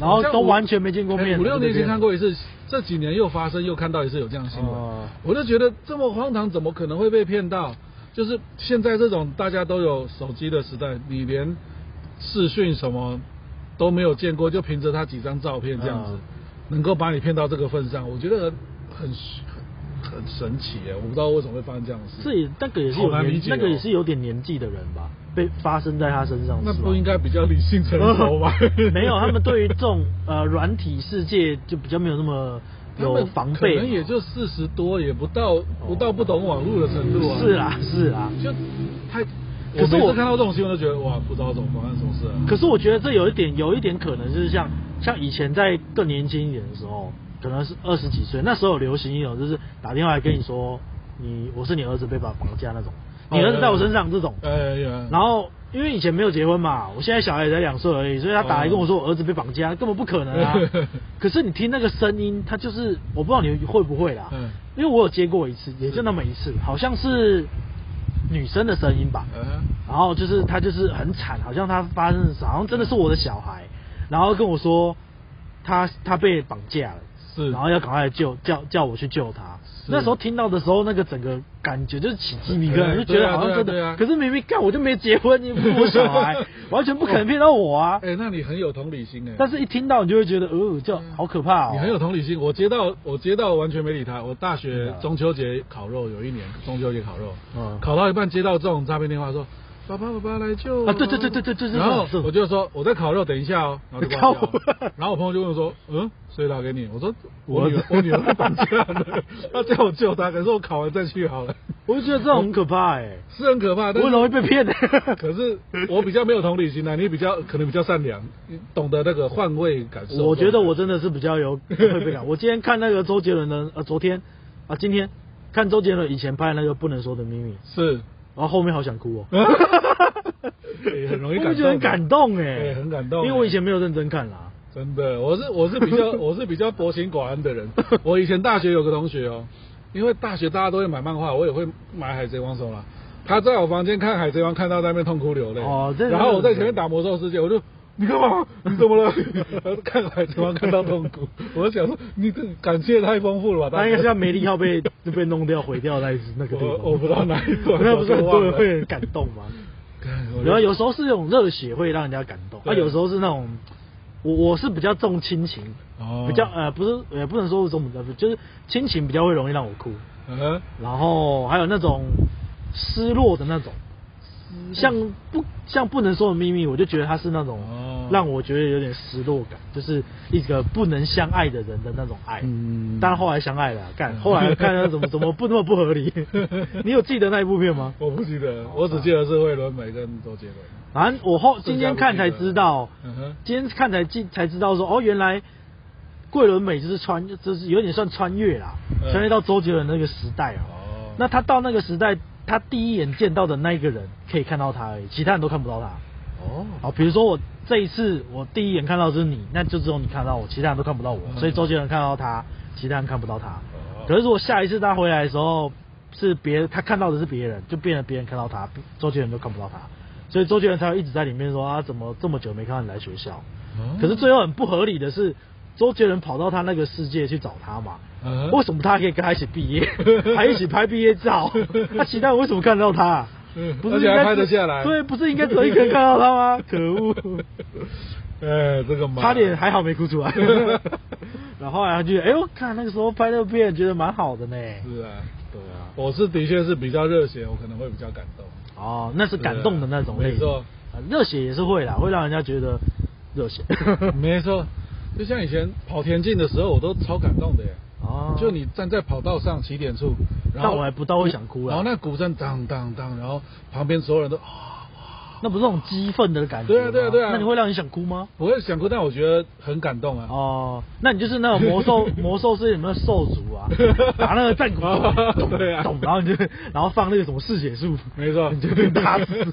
S2: 然后
S1: 好像
S2: 都
S1: 五哎
S2: 完全没见过面
S1: 诶五六年
S2: 对不对
S1: 前看过一次，这几年又发生，又看到一次有这样的新闻，
S2: 哦
S1: 我就觉得这么荒唐，怎么可能会被骗到？就是现在这种大家都有手机的时代，你连视讯什么都没有见过，就凭着他几张照片这样子，
S2: 嗯
S1: 能够把你骗到这个份上，我觉得很很很神奇耶！我不知道为什么会发生这样的事。
S2: 这也那个也是
S1: 好
S2: 有
S1: 难
S2: 年
S1: 理解哦
S2: 那个也是有点年纪的人吧，被发生在他身上。
S1: 那
S2: 是吧？
S1: 不应该比较理性成熟吗
S2: 没有，他们对于这种呃软体世界就比较没有那么
S1: 他们
S2: 有防备嘛，
S1: 可能也就四十多，也不到不到不懂网络的程度啊。
S2: 是啦是啦。
S1: 就太。
S2: 可
S1: 可
S2: 是
S1: 是
S2: 我
S1: 我每次看到这种新闻，都觉得哇，不知道怎么发生什么事啊了。
S2: 可是我觉得这有一点有一点可能就是像像以前在更年轻一点的时候，可能是二十几岁，那时候有流行一种就是打电话来跟你说你我是你儿子被绑绑架那种，你儿子在我身上这种。
S1: 哎呀，。
S2: 然后因为以前没有结婚嘛，我现在小孩也才两岁而已，所以他打来跟我说我儿子被绑架，根本不可能啊 可是你听那个声音，他就是我不知道你会不会啦，
S1: 嗯
S2: 因为我有接过一次，也就那么一次，好像是女生的声音吧。
S1: 嗯
S2: 然后就是他就是很惨，好像他发生了啥好像真的是我的小孩，然后跟我说他他被绑架了，
S1: 是
S2: 然后要赶快来救，叫叫我去救他。
S1: 是
S2: 那时候听到的时候，那个整个感觉就是起鸡皮疙瘩，
S1: 对
S2: 就觉得好像真
S1: 对啊对
S2: 的。
S1: 啊
S2: 可是明明干我就没结婚，你不是我 小孩，完全不可能骗到我啊。
S1: 哎、那你很有同理心哎、
S2: 但是一听到你就会觉得，哦，就好可怕哦。
S1: 嗯你很有同理心。我接到我接到完全没理他。我大学中秋节烤肉，有一年中秋节烤肉，
S2: 嗯
S1: 烤到一半接到这种诈骗电话说。爸爸，爸爸来救我
S2: 啊对对对对对对对
S1: 然后
S2: 是
S1: 我就说我在烤肉，等一下哦，然后就 挂掉
S2: 靠
S1: 了。然后我朋友就问我说，嗯，谁打给你？我说我
S2: 我
S1: 女儿，我女儿被绑架了，他叫我救她，可是我烤完再去好了。
S2: 我就觉得这种很可怕哎、
S1: 是很可怕，
S2: 我
S1: 但
S2: 很
S1: 是
S2: 容易被骗的、
S1: 可是我比较没有同理心啊，你比较可能比较善良，你懂得那个换位感受。
S2: 我觉得我真的是比较有会被感。我今天看那个周杰伦的，呃，昨天啊，今天看周杰伦以前拍那个《不能说的秘密》，
S1: 是
S2: 然后后面好想哭哦、哦
S1: 也很容易
S2: 我
S1: 感动，
S2: 觉得很感动哎、
S1: 对很感动欸
S2: 因为我以前没有认真看啦。
S1: 真的，我是我是比 较我是比较薄情寡恩的人。我以前大学有个同学哦，因为大学大家都会买漫画，我也会买《海贼王》什么啦。他在我房间看《海贼王》，看到在那边痛哭流泪。
S2: 哦这
S1: 然后我在前面打《魔兽世界》，我就你干嘛？你怎么了？ 然后看《海贼王》看到痛哭，我就想说你这感谢太丰富 了吧？
S2: 那应该是要梅利号被被弄掉、毁掉那一那个地
S1: 我
S2: 方。
S1: 我不知道哪一段，
S2: 那不是很多
S1: 我就忘
S2: 人
S1: 了
S2: 会很感动吗？然后有时候是那种热血会让人家感动，
S1: 对
S2: 啊，有时候是那种，我我是比较重亲情，
S1: 哦
S2: 比较呃不是也不能说是重比较，就是亲情比较会容易让我哭，
S1: 嗯
S2: 然后还有那种失落的那种，像不像不能说的秘密，我就觉得他是那种
S1: 哦
S2: 让我觉得有点失落感，就是一个不能相爱的人的那种爱。
S1: 嗯
S2: 但后来相爱了，干后来看他怎么怎么不那么不合 理。你有记得那一部片吗？
S1: 我不记得，我只记得是惠伦美跟周杰伦。
S2: 反正我后今天看才知道，
S1: 嗯哼，
S2: 今天看才记才知道说，哦，原来桂纶镁就是穿，就是有点算穿越啦，
S1: 嗯
S2: 穿越到周杰伦那个时代啊。
S1: 哦，
S2: 那他到那个时代，他第一眼见到的那一个人可以看到他而已，其他人都看不到他。
S1: 哦，
S2: 好，比如说我这一次我第一眼看到的是你，那就只有你看到我，其他人都看不到我，
S1: 嗯
S2: 所以周杰伦看到他，其他人看不到他。
S1: 哦
S2: 可是如果下一次他回来的时候，是别他看到的是别人，就变成别人看到他，周杰伦都看不到他，所以周杰伦才会一直在里面说啊，怎么这么久没看到你来学校？
S1: 哦
S2: 可是最后很不合理的是，周杰伦跑到他那个世界去找他嘛，
S1: 嗯
S2: 为什么他可以跟他一起 毕业，还一起拍毕业照？那其他人为什么看得到他、
S1: 嗯
S2: 不是
S1: 而且
S2: 应
S1: 还
S2: 该
S1: 拍得
S2: 只
S1: 下来
S2: 对，不是应该只有一个人看到他吗？可恶，
S1: 哎，这个嘛，
S2: 差点还好没哭出 来。然后后来他就哎呦，看那个时候拍那片，觉得蛮好的呢。
S1: 是啊，
S2: 对啊，
S1: 我是的确是比较热血，我可能会比较感动。
S2: 哦，那是感动的那种类
S1: 没错
S2: 型。呃热血也是会啦，会让人家觉得 热血。
S1: 没错，就像以前跑田径的时候，我都超感动的耶。
S2: 哦，
S1: 就你站在跑道上起点处，然后
S2: 但我还不到会想哭啊
S1: 然后那鼓声当当当，然后旁边所有人都啊，
S2: 那不是那种激愤的感觉
S1: 对啊
S2: 吗
S1: 对啊对啊
S2: 那你会让人想哭吗？
S1: 我会想哭，但我觉得很感动啊。
S2: 哦，那你就是那种 魔兽魔兽世界里面的兽族啊，打那个战鼓，咚
S1: 对啊
S2: 咚，然后你就然后放那个什么嗜血术，
S1: 没 错
S2: 你就变大 师。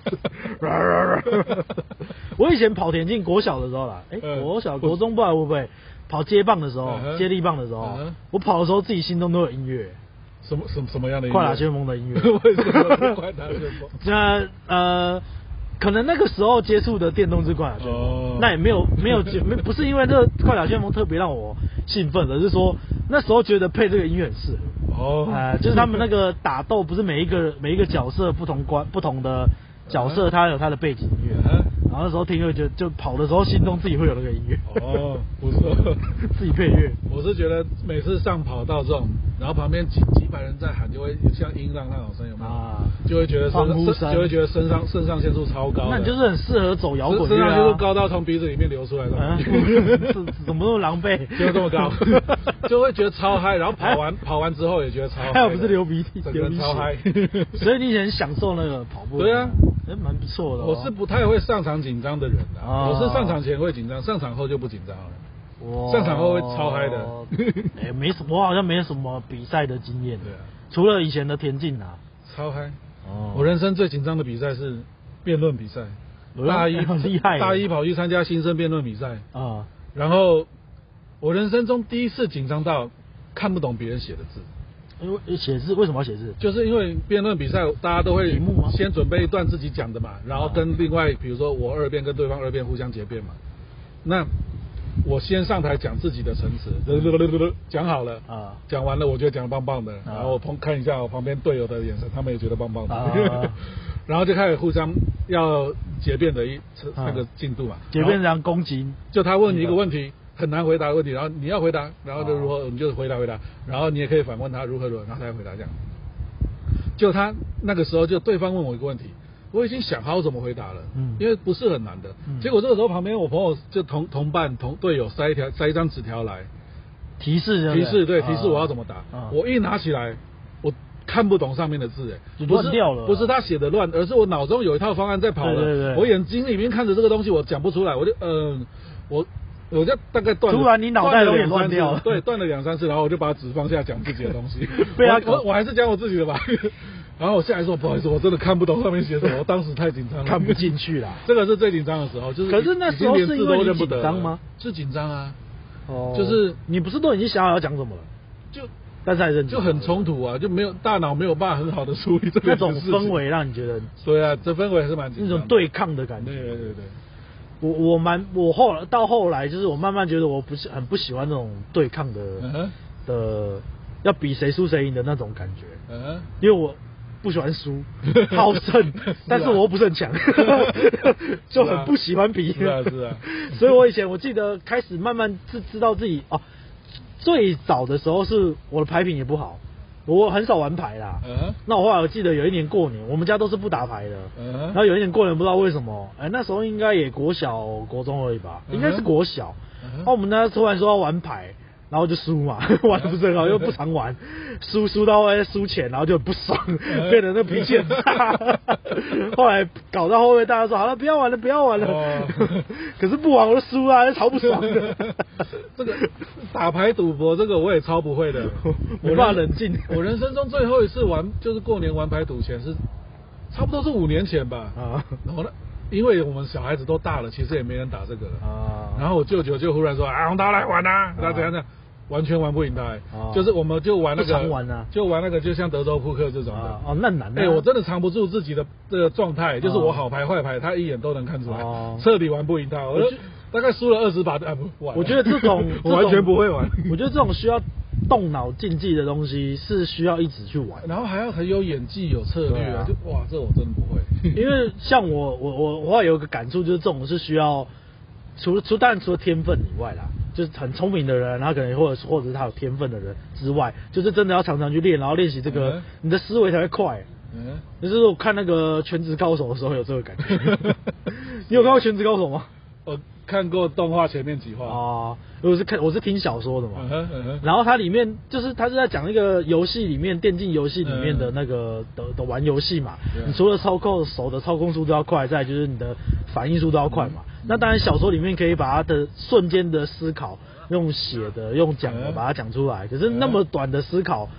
S2: 我以前跑田径，国小的时候啦，哎、
S1: 嗯
S2: 国小国中不知道会不会跑接棒的时候
S1: 嗯，哼
S2: 接力棒的时候
S1: 嗯哼，
S2: 我跑的时候自己心中都有音乐，
S1: 什么什么什么样的音乐？
S2: 快打旋风的 音乐。
S1: 为什么是快打旋风？
S2: 那呃，可能那个时候接触的电动之快打旋风，
S1: 哦
S2: 那也没有没有觉没不是因为这快打旋风特别让我兴奋，而是说那时候觉得配这个音乐很适合。
S1: 哦，
S2: 呃，就是他们那个打斗，不是每一个每一个角色不同关不同的角色，他有他的背景音乐，
S1: 嗯
S2: 然后那时候听就就就跑的时候，心中自己会有那个音乐，
S1: 哦，不错。
S2: 自己配乐。
S1: 我是觉得每次上跑道这种，然后旁边几几百人在喊，就会像音浪那种声音有没有？
S2: 啊
S1: 就会觉得
S2: 欢
S1: 身
S2: 呼声
S1: 身就会觉得身上肾上腺素超高的，
S2: 那你就是很适合走摇滚
S1: 身
S2: 乐
S1: 上腺素
S2: 啊。
S1: 高到从鼻子里面流出来的，
S2: 啊，怎怎么那么狼狈？
S1: 就这么 高，就会觉得超嗨，然后跑完跑完之后也觉得超嗨的，
S2: 还有不是流鼻涕，
S1: 整个
S2: 流
S1: 人
S2: 鼻
S1: 超嗨。
S2: 血，所以你很享受那个跑步。
S1: 对啊，
S2: 哎，蛮不错的哦。
S1: 我是不太会上场紧张的人的，
S2: 哦
S1: 我是上场前会紧张，上场后就不紧张了。
S2: 我
S1: 上场后会超嗨的
S2: 哎、没什么，我好像没什么比赛的经验。
S1: 对啊
S2: 除了以前的田径啊。
S1: 超嗨！
S2: 哦
S1: 我人生最紧张的比赛是辩论比赛，
S2: 哎呦
S1: 大一
S2: 很厉害耶
S1: 大一跑去参加新生辩论比赛，
S2: 啊、
S1: 然后我人生中第一次紧张到看不懂别人写的字，
S2: 因为写字为什么要写字？
S1: 就是因为辩论比赛大家都会
S2: 题目吗
S1: 先准备一段自己讲的嘛，然后跟另外比如说我二辩跟对方二辩互相结辩嘛，那我先上台讲自己的陈词，讲好了。
S2: 啊、
S1: 讲完了，我觉得讲的棒棒的，然后我旁看一下我旁边队友的眼神，他们也觉得棒棒的
S2: 啊，
S1: 然后就开始互相要结辩的一
S2: 啊
S1: 那个进度嘛。
S2: 解变成攻击
S1: 就他问你一个问题，很难回答的问题，然后你要回答，然后就如
S2: 哦
S1: 何，你就回答回答，然后你也可以反问他如何如何，然后他再回答这样。就他那个时候，就对方问我一个问题，我已经想好怎么回答了，
S2: 嗯
S1: 因为不是很难的。
S2: 嗯
S1: 结果这个时候旁边我朋友就同同伴同队友塞一条塞一张纸条来，
S2: 提示
S1: 提示对
S2: 啊
S1: 提示我要怎么答
S2: 啊，
S1: 我一拿起来，我看不懂上面的字，哎，
S2: 就
S1: 不是
S2: 乱掉了啊
S1: 不是他写的乱，而是我脑中有一套方案在跑了，
S2: 对对对
S1: 我眼睛里面看着这个东西，我讲不出来，我就嗯、我我就大概断了，
S2: 突然你脑袋有
S1: 断了两三
S2: 点乱
S1: 次
S2: 掉了，
S1: 对，断了两三次，然后我就把纸放下，讲自己的东西
S2: 被他
S1: 我我我还是讲我自己的吧， 然后我下来说不好意思，我真的看不懂上面写什么，我当时太紧张了，
S2: 看不进去啦。
S1: 这个是最紧张的时候，就是
S2: 可是那时候
S1: 已经连字都
S2: 是因为你
S1: 认不得
S2: 紧张吗？
S1: 是紧张啊，
S2: 哦
S1: 就是
S2: 你不是都已经想好要讲什么了，
S1: 就
S2: 但是还认真
S1: 就很 冲突啊，就没有大脑没有办法很好的处理这
S2: 那
S1: 两
S2: 种
S1: 件事情
S2: 氛。围，让你觉得
S1: 对啊，这氛围还是蛮紧
S2: 那
S1: 张的
S2: 种对抗的感
S1: 对
S2: 觉。
S1: 对对对，
S2: 我我蛮我后来到后来就是我慢慢觉得我不是很不喜欢那种对抗的、
S1: 嗯哼
S2: 的要比谁输谁赢的那种感觉，
S1: 嗯哼，
S2: 因为我不喜欢输，好 胜
S1: 是啊，啊
S2: 但是我又不是很强，就很不喜欢比。
S1: 是啊是啊
S2: 所以我以前我记得开始慢慢知知道自己哦，最早的时候是我的牌品也不好，我很少玩牌啦。
S1: 嗯哼
S2: 那我后来我记得有一年过年，我们家都是不打牌的。
S1: 嗯
S2: 然
S1: 哼，
S2: 后有一年过年不知道为什么，哎、那时候应该也国小、国中而已吧，
S1: 嗯哼
S2: 应该是国小。
S1: 嗯
S2: 然哦后我们呢突然说要玩牌，然后就输嘛， 玩的不是很好，又不常玩，输输到哎输钱，然后就很不爽，
S1: 嗯
S2: 变得那脾气 很差。后来搞到后面大家说好了，不要玩了，不要玩了。
S1: 哦。
S2: 可是不玩我就输啊，就超不爽的，
S1: 这个打牌赌博这个我也超不会的
S2: 没办法冷静
S1: 我人我人生中最后一次玩就是过年玩牌赌钱是差不多是五年前吧。
S2: 啊
S1: 然后呢，因为我们小孩子都大了，其实也没人打这个了。
S2: 啊
S1: 然后我舅舅就忽然说：“啊，我们大家来玩啊！”那怎样呢？完全玩不赢他、欸
S2: 哦
S1: 就是我们就玩那
S2: 不
S1: 个，
S2: 常玩啊
S1: 就玩那个，就像德州扑克这种的。
S2: 啊哦，那难
S1: 哎、
S2: 啊。
S1: 我真的藏不住自己的这个状态，就是
S2: 哦
S1: 我好牌坏牌，他一眼都能看出来，
S2: 哦
S1: 彻底玩不赢他。我
S2: 我
S1: 就
S2: 觉
S1: 大概输了二十把，啊不，不玩了
S2: 我觉得 这种
S1: 我完全不会玩。
S2: 我觉得这种需要动脑竞技的东西是需要一直去玩的，
S1: 然后还要很有演技、有策略啊，
S2: 对啊
S1: 就哇，这我真的不 会。
S2: 因为像我我我我有一个感触，就是这种是需要除除当然除了天分以外啦，就是很聪明的人，然后可能或者是或者是他有天分的人之外，就是真的要常常去练，然后练习这个，
S1: 嗯
S2: 你的思维才会快。
S1: 嗯，
S2: 就是我看那个《全职高手》的时候有这个感觉，你有看过《全职高手》吗？
S1: 我看过动画前面几话。
S2: 啊、我是看我是听小说的嘛，
S1: 嗯哼嗯哼
S2: 然后它里面就是它是在讲一个游戏里面电竞游戏里面的
S1: 嗯
S2: 那个、的的玩游戏嘛，
S1: 对啊
S2: 你除了操控手的操控速度要快，再来就是你的反应速度要快嘛。
S1: 嗯
S2: 那当然小说里面可以把它的瞬间的思考用写的用讲的
S1: 嗯
S2: 把它讲出来，可是那么短的思考。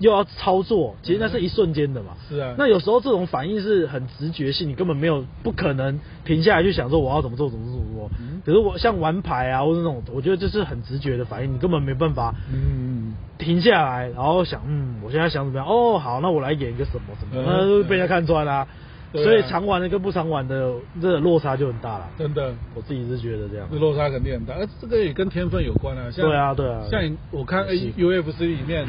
S2: 又要操作，其实那是一瞬间的嘛。
S1: 嗯是啊
S2: 那有时候这种反应是很直觉性，你根本没有不可能停下来去想说我要怎么做怎么做怎么做。
S1: 嗯
S2: 可是我像玩牌啊，或者那种，我觉得这是很直觉的反应，你根本没办法
S1: 嗯，
S2: 停下来，然后想，嗯，我现在想怎么样？哦，好，那我来演一个什么什么，
S1: 嗯
S2: 那就被人家看穿啦、
S1: 对啊
S2: 所以常玩的跟不常玩的这个落差就很大了。
S1: 真的，
S2: 我自己是觉得这样
S1: 这。落差肯定很大。呃这个也跟天分有关啊，像
S2: 对啊对啊
S1: 像你我看呃
S2: 也是
S1: UFC 里面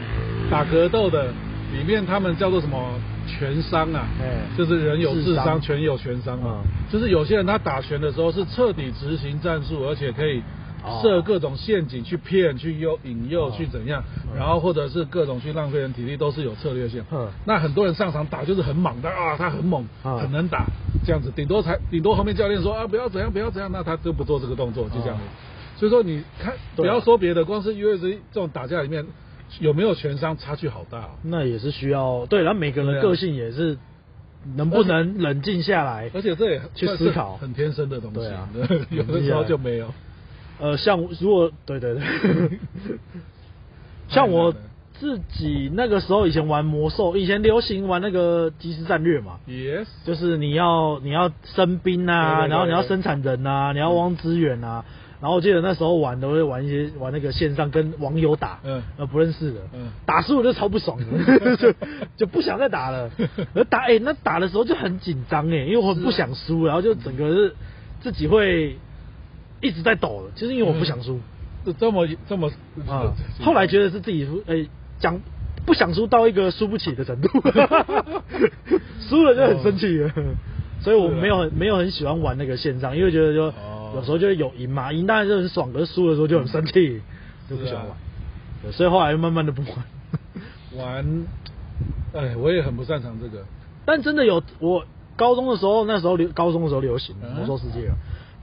S1: 打格斗的，里面他们叫做什么拳伤啊，
S2: 哎
S1: 就是人有
S2: 智
S1: 智
S2: 商
S1: 商，拳有拳伤嘛。
S2: 嗯
S1: 就是有些人他打拳的时候是彻底执行战术，而且可以
S2: 哦。
S1: 设各种陷阱去骗、去诱、引诱、
S2: 哦
S1: 去怎样，
S2: 嗯
S1: 然后或者是各种去浪费人体力，都是有策略性。
S2: 嗯
S1: 那很多人上场打就是很猛的啊，他很猛，
S2: 嗯
S1: 很能打，这样子，顶多才顶多后面教练说啊不要怎样不要怎样，那他就不做这个动作，就这样子
S2: 嗯。
S1: 所以说你看，不
S2: 对啊
S1: 要说别的，光是 UFC 这种打架里面有没有拳伤差距好大、哦，
S2: 那也是需要对，然后每个人的
S1: 对啊
S2: 个性也是能不能冷静下来。
S1: 而且这也
S2: 哎去
S1: 算
S2: 思
S1: 是
S2: 考
S1: 很天生的东西，
S2: 对啊
S1: 有的时候就没有。
S2: 呃，像如果对对对，像我自己那个时候以前玩魔兽，以前流行玩那个即时战略嘛，
S1: Yes，
S2: 就是你要你要生兵啊，
S1: 对对对
S2: 然后你要
S1: 对
S2: 生产人啊，你要挖资源啊。然后我记得那时候玩都会玩一些玩那个线上跟网友打，
S1: 嗯
S2: 呃不认识的，
S1: 嗯
S2: 打输了就超不爽 的，就就不想再打了。而打哎、那打的时候就很紧张哎、因为我很不想输，然后就整个是自己会一直在抖了，就是因为我不想输
S1: 这这么这么
S2: 啊。后来觉
S1: 得
S2: 得是自己哎、讲不想输到一个输不起 的程度，输了就很生气
S1: 哦
S2: 了。所以我没有很没有很喜欢玩那个线上，因为觉得就
S1: 啊哦
S2: 有时候就会有赢嘛，赢当然就很爽，可是输的时候就很生气，就不喜欢
S1: 是
S2: 玩
S1: 啊。
S2: 对所以后来慢慢的不玩。
S1: 玩，哎，我也很不擅长这个。
S2: 但真的有，我高中的时候，那时候流高中的时候流行《
S1: 嗯
S2: 魔兽世界》啊，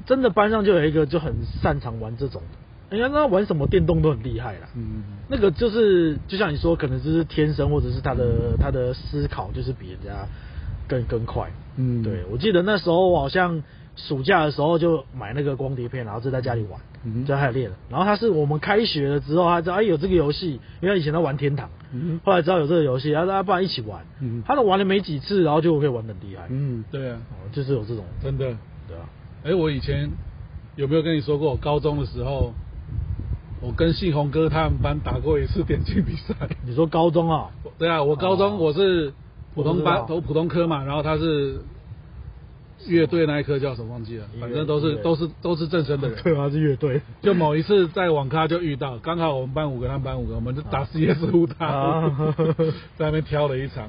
S2: 真的班上就有一个就很擅长玩这种的，人家那玩什么电动都很厉害啦。
S1: 嗯，
S2: 那个就是就像你说，可能就是天生或者是他的他的思考就是比人家更更快。
S1: 嗯
S2: 对我记得那时候我好像暑假的时候就买那个光碟片，然后就在家里玩，
S1: 嗯哼
S2: 就在家里练了。然后他是我们开学了之后，他知道哎有这个游戏，因为以前他玩天堂，
S1: 嗯
S2: 后来知道有这个游戏，然后大家不然一起玩。
S1: 嗯
S2: 他都玩了没几次，然后就可以玩得很厉害。
S1: 嗯，对啊，
S2: 哦，就是有这种，
S1: 真的。
S2: 对啊，
S1: 哎，我以前有没有跟你说过，我高中的时候，我跟信宏哥他们班打过一次电竞比赛。
S2: 你说高中啊、
S1: 对啊，我高中
S2: 哦
S1: 我是普通班，
S2: 我知
S1: 都
S2: 道
S1: 普通科嘛，然后他是乐队那一科叫什么忘记了，反正都
S2: 音
S1: 是
S2: 乐
S1: 都是都是正身的人。
S2: 对啊，是乐队。
S1: 就某一次在网咖就遇到，刚好我们班五个，他们班五个，我们就打
S2: 啊
S1: CS 互打，
S2: 啊
S1: 在那边挑了一场，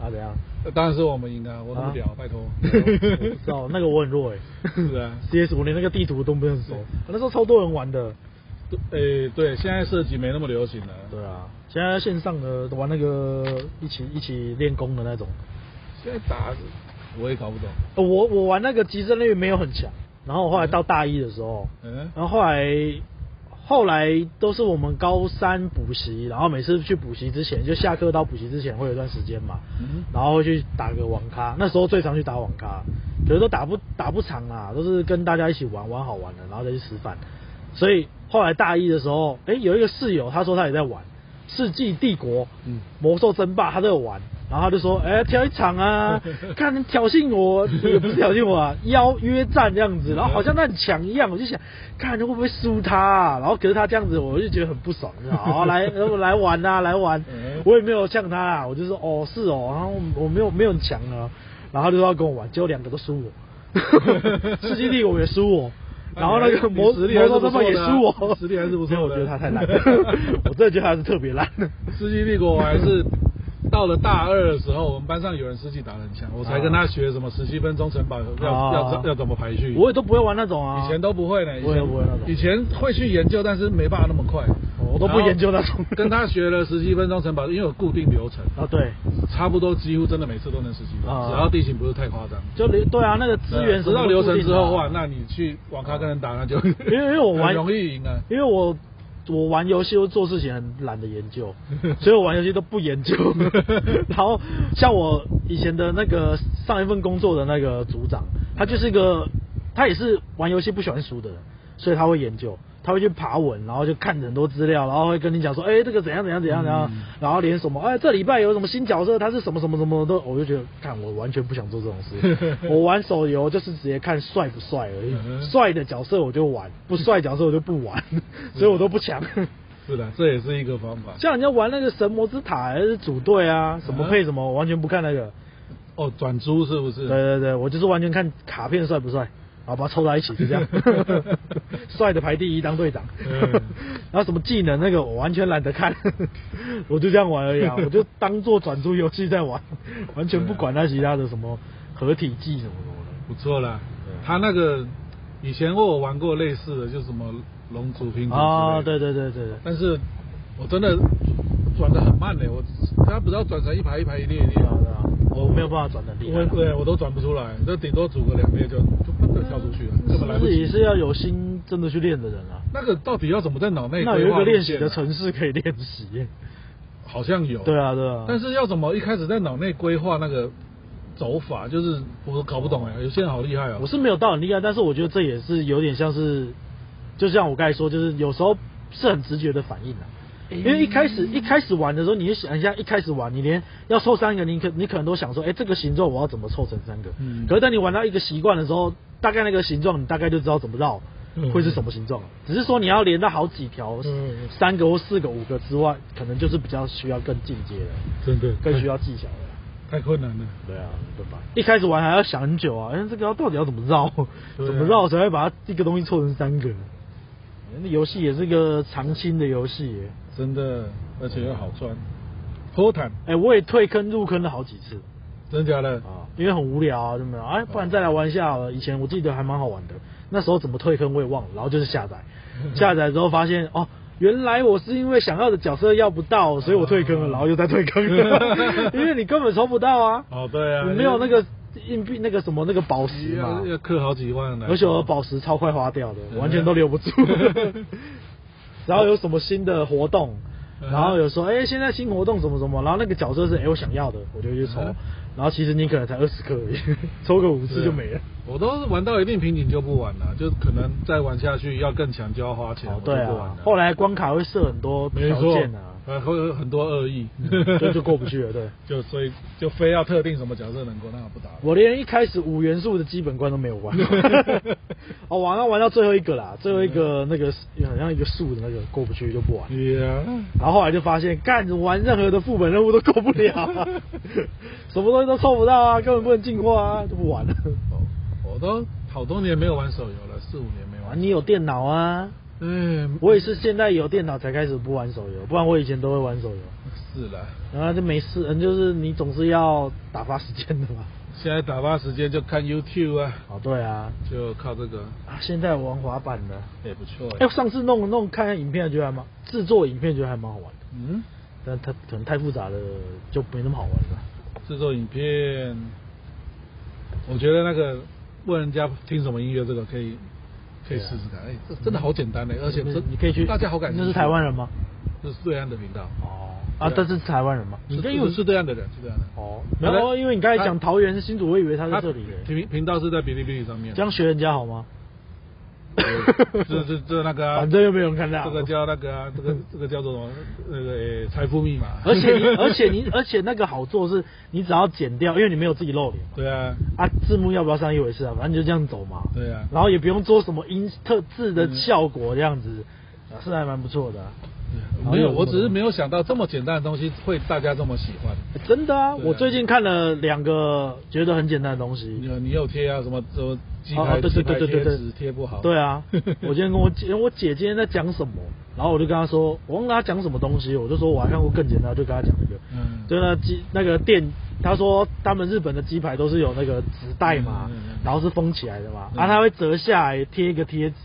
S2: 啊，怎样？
S1: 呃当然是我们赢啊，我那么
S2: 啊
S1: 屌，拜 托。
S2: 我不知道那个我很弱哎、
S1: 是啊
S2: CS 我连那个地图都不认识，那时候超多人玩的。
S1: 诶、对，现在射击没那么流行了。
S2: 对啊，现在线上的玩那个一起一起练功的那种，
S1: 现在打我也搞不懂。
S2: 呃我我玩那个集战略没有很强，然后我后来到大一的时候，
S1: 嗯，
S2: 然后后来后来都是我们高三补习，然后每次去补习之前，就下课到补习之前会有一段时间嘛，
S1: 嗯
S2: 然后会去打个网咖，那时候最常去打网咖，可是都打不打不长啦，都是跟大家一起玩玩好玩的，然后再去吃饭。所以后来大一的时候，哎，有一个室友他说他也在玩《世纪帝国》
S1: 嗯
S2: 魔兽争霸》，他都有玩。然后他就说：“哎，挑一场啊， 看你挑衅我，也不是挑衅我啊，邀约战这样子。”然后好像那很强一样，我就想，看会不会输他、啊。然后可是他这样子，我就觉得很不爽。就说好，来，呃来玩啊，来玩。
S1: 嗯
S2: 我也没有呛他啦，我就说哦是哦，然后我我没有没有很强啊，然后他就说要跟我玩，结果两个都输 我，世纪帝国也输我，然后那个
S1: 你
S2: 魔
S1: 哎实力还
S2: 魔
S1: 是
S2: 兽
S1: 不错
S2: 争霸
S1: 的
S2: 也输
S1: 你
S2: 我，
S1: 实力还是不错的啊
S2: 没有我觉得他太烂了，我真的觉得他是特别烂的。
S1: 世纪帝国我还是到了大二的时候，我们班上有人世纪打得很强，我才跟他学什么十七分钟城堡 要、
S2: 啊
S1: 要要怎么排序。
S2: 我也都不会玩那种啊，
S1: 以前都不会呢，以
S2: 我也
S1: 前
S2: 不会那种哦
S1: 以前会去研究，但是没办法那么快。
S2: 我都不研究那种
S1: 然后跟他学了十七分钟城堡，因为有固定流程，
S2: 啊对，
S1: 差不多几乎真的每次都能十七分钟，
S2: 啊
S1: 只要地形不是太夸张。
S2: 就流对啊那个资源什
S1: 知
S2: 么
S1: 道
S2: 都
S1: 流
S2: 固
S1: 程
S2: 定
S1: 之
S2: 的啊
S1: 后哇，那你去网咖跟人打，那就因
S2: 因为因为我玩
S1: 容易赢啊。
S2: 因为我我玩游戏或做事情很懒得研究，所以我玩游戏都不研究。然后像我以前的那个上一份工作的那个组长，他就是一个他也是玩游戏不喜欢输的人，所以他会研究。他会去爬文，然后就看很多资料，然后会跟你讲说，哎、这个怎样怎样怎样，然后、
S1: 嗯
S2: 然后连什么，哎、这礼拜有什么新角色，他是什么什么什么都，我就觉得，看我完全不想做这种事。我玩手游就是直接看帅不帅而已，
S1: 嗯哼
S2: 帅的角色我就玩，不帅角色我就不玩，所以我都不强。
S1: 是的，这也是一个方法。
S2: 像人家玩那个神魔之塔还是组队啊，什么配什么，我完全不看那个。
S1: 哦，转租是不是？
S2: 对对对，我就是完全看卡片帅不帅，然后把它凑在一起就这样，帅的排第一当队长
S1: 嗯，
S2: 然后什么技能那个我完全懒得看，我就这样玩而已啊，我就当做转租游戏在玩，完全不管那其他的什么合体技什么什么的。
S1: 不错啦
S2: 对。
S1: 他那个以前我有玩过类似的，就是什么龙族拼图
S2: 啊、
S1: 之类的。
S2: 对对对对对，
S1: 但是我真的转的很慢嘞，我他不知道转成一排一排一列一列
S2: 对啊
S1: 吗？
S2: 对啊，我没有办法转的厉害
S1: 我。对我都转不出来，就顶多组个两列就就砰就跳出去了，根本来不
S2: 自己
S1: 及。
S2: 嗯是要有心真的去练的人啊。
S1: 那个到底要怎么在脑内
S2: 那有
S1: 规
S2: 一
S1: 划
S2: 个
S1: 路
S2: 练习
S1: 线
S2: 的
S1: 啊
S2: 城市可以练习。
S1: 好像有。
S2: 对啊对啊。
S1: 但是要怎么一开始在脑内规划那个走法，就是我搞不懂哎，有些人好厉害哦。
S2: 我是没有到很厉害，但是我觉得这也是有点像是，就像我刚才说，就是有时候是很直觉的反应啊。因为一开始一开始玩的时候，你就想一下，一开始玩你连要凑三个，你可你可能都想说，哎、这个形状我要怎么凑成三个？
S1: 嗯
S2: 可是当你玩到一个习惯的时候，大概那个形状你大概就知道怎么绕
S1: 嗯
S2: 会是什么形状了。只是说你要连到好几条
S1: 嗯嗯，
S2: 三个或四个、五个之外，可能就是比较需要更进阶的，
S1: 真的
S2: 更需要技巧的。
S1: 太困难了。
S2: 对啊，对吧？一开始玩还要想很久啊，哎，这个要到底要怎么绕，
S1: 对啊
S2: 怎么绕才会把它一个东西凑成三个？那游戏也是个长青的游戏耶，
S1: 真的，而且又好赚，脱坦，
S2: 哎，我也退坑入坑了好几次
S1: 真假的？
S2: 啊，因为很无聊啊，就没有，哎，不然再来玩一下好了。以前我记得还蛮好玩的，那时候怎么退坑我也忘了，然后就是 下载，下载之后发现哦。原来我是因为想要的角色要不 到，所以我退坑了，然后又再退坑了，因为你根本抽不到啊。
S1: 哦，对啊，
S2: 你没有那个硬币那个什么那个宝石嘛
S1: 要，要氪好几万来，
S2: 而且我的宝石超快花掉的，
S1: 嗯
S2: 完全都留 不住。然后有什么新的活动，
S1: 嗯
S2: 然后有说，哎、现在新活动什么什么，然后那个角色是哎、我想要的，我就去抽
S1: 嗯。
S2: 然后其实你可能才二十颗而已， 抽个五次就没了。
S1: 我都是玩到一定瓶颈就不玩了，就可能再玩下去要更强就要花钱，
S2: 哦
S1: 我，就
S2: 对
S1: 不玩
S2: 啊
S1: 了。，
S2: 后来关卡会设很多
S1: 没
S2: 条
S1: 错
S2: 件啊，，
S1: 呃，会有很多恶意，
S2: 就就过不去了。对，
S1: 就所以就非要特定什么角色能够，那我不打了。
S2: 我连一开始五元素的基本关都没有 玩，哦，玩到玩到最后一个啦，最后一个那个好像一个树的那个过不去就不玩。
S1: Yeah，
S2: 然后后来就发现，干玩任何的副本任务都过不了、啊 什么东西都凑不到啊，根本不能进化啊，就不玩了。
S1: 哦我都好多年没有玩手游了，四五年没
S2: 啊，
S1: 玩。
S2: 你有电脑啊？
S1: 嗯，
S2: 我也是现在有电脑才开始不玩手游，不然我以前都会玩手游，
S1: 是了，
S2: 然后就没事，嗯，就是你总是要打发时间的嘛。
S1: 现在打发时间就看 YouTube 啊，
S2: 哦，对啊，
S1: 就靠这个
S2: 啊，现在玩滑板了。
S1: 也不错
S2: 哎、
S1: 欸。
S2: 上次弄弄看看影片，觉得还蛮制作影片，觉得还蛮好玩的，
S1: 嗯，
S2: 但它可能太复杂了，就没那么好玩了。
S1: 制作影片，我觉得那个问人家听什么音乐这个可以。可以试试看，哎、这真的好简单嘞、而且
S2: 你
S1: 这
S2: 啊你可以去，
S1: 大家好感兴趣。
S2: 那是台湾人吗？
S1: 这是对岸的频道。
S2: 哦，啊，
S1: 对
S2: 但是台湾人嘛，你跟
S1: 是
S2: 英文
S1: 是对岸的人，是对岸的人。
S2: 哦，然后因为你刚才讲桃园是新竹，我以为他在这里耶，
S1: 频频道是在哔哩哔哩上面。
S2: 这样学人家好吗？
S1: 对这这这那个啊，
S2: 反正又没有人看到。
S1: 这个叫那个啊，这个这个叫做什么？那个呃财富密码。
S2: 而且你，而且你，而且那个好做是，你只要剪掉，因为你没有自己露脸嘛。
S1: 对啊，
S2: 啊，字幕要不要上一回事啊？反正你就这样走嘛。
S1: 对啊，
S2: 然后也不用做什么音特字的效果这样子，啊
S1: 嗯
S2: 是还蛮不错的啊、
S1: 没有，我只是没有想到这么简单的东西会大家这么喜欢。
S2: 真的啊，
S1: 对啊
S2: 我最近看了两个觉得很简单的东
S1: 你
S2: 西。
S1: 有你有贴啊，什么什么鸡
S2: 哦
S1: 排
S2: 哦对对
S1: 鸡排
S2: 对对对
S1: 贴
S2: 对
S1: 纸贴不好。
S2: 对啊，我今天跟我姐，我姐今天在讲什么，然后我就跟她说，我忘了她讲什么东西，我就说我还看过更简单，就跟她讲那个。
S1: 嗯，
S2: 对那鸡那个店，他说他们日本的鸡排都是有那个纸袋嘛，
S1: 嗯嗯嗯
S2: 然后是封起来的嘛，
S1: 嗯
S2: 然后他会折下来贴一个贴纸，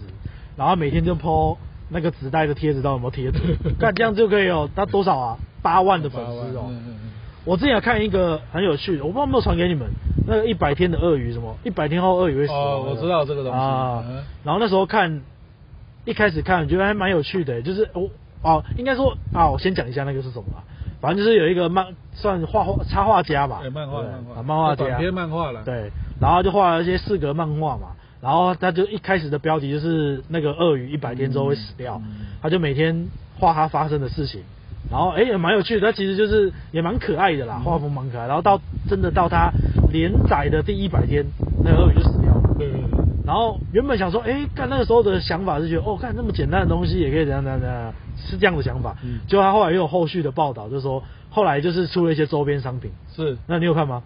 S2: 然后每天就 PO 那个纸袋的贴纸到底有没有 贴住，看这样就可以有他多少啊？八万的粉丝哦、
S1: 嗯嗯嗯
S2: 我之前有看一个很有趣的，我不知道有没有传给你们，那个一百天的鳄鱼什么，一百天后鳄鱼会死亡
S1: 哦
S2: 那
S1: 我知道这个东西
S2: 啊
S1: 嗯。
S2: 然后那时候看，一开始看觉得还蛮有趣的，欸就是我哦，应该说啊，我先讲一下那个是什么啊，反正就是有一个漫算画画插画家吧，
S1: 哎漫画
S2: 对
S1: 漫画
S2: 啊漫画家，
S1: 短篇漫画啦
S2: 对，然后就画了一些四格漫画嘛。然后他就一开始的标题就是那个鳄鱼一百天之后会死掉，
S1: 嗯嗯
S2: 他就每天画他发生的事情，然后哎也蛮有趣的，他其实就是也蛮可爱的啦，画风蛮可爱。然后到真的到他连载的第一百天，那个鳄鱼就死掉了。
S1: 对对对。
S2: 然后原本想说，哎，干那个时候的想法是觉得，哦，干那么简单的东西也可以怎样怎样怎样，是这样的想法。
S1: 嗯
S2: 结果他后来又有后续的报道，就说后来就是出了一些周边商品，
S1: 是
S2: 那你有看吗？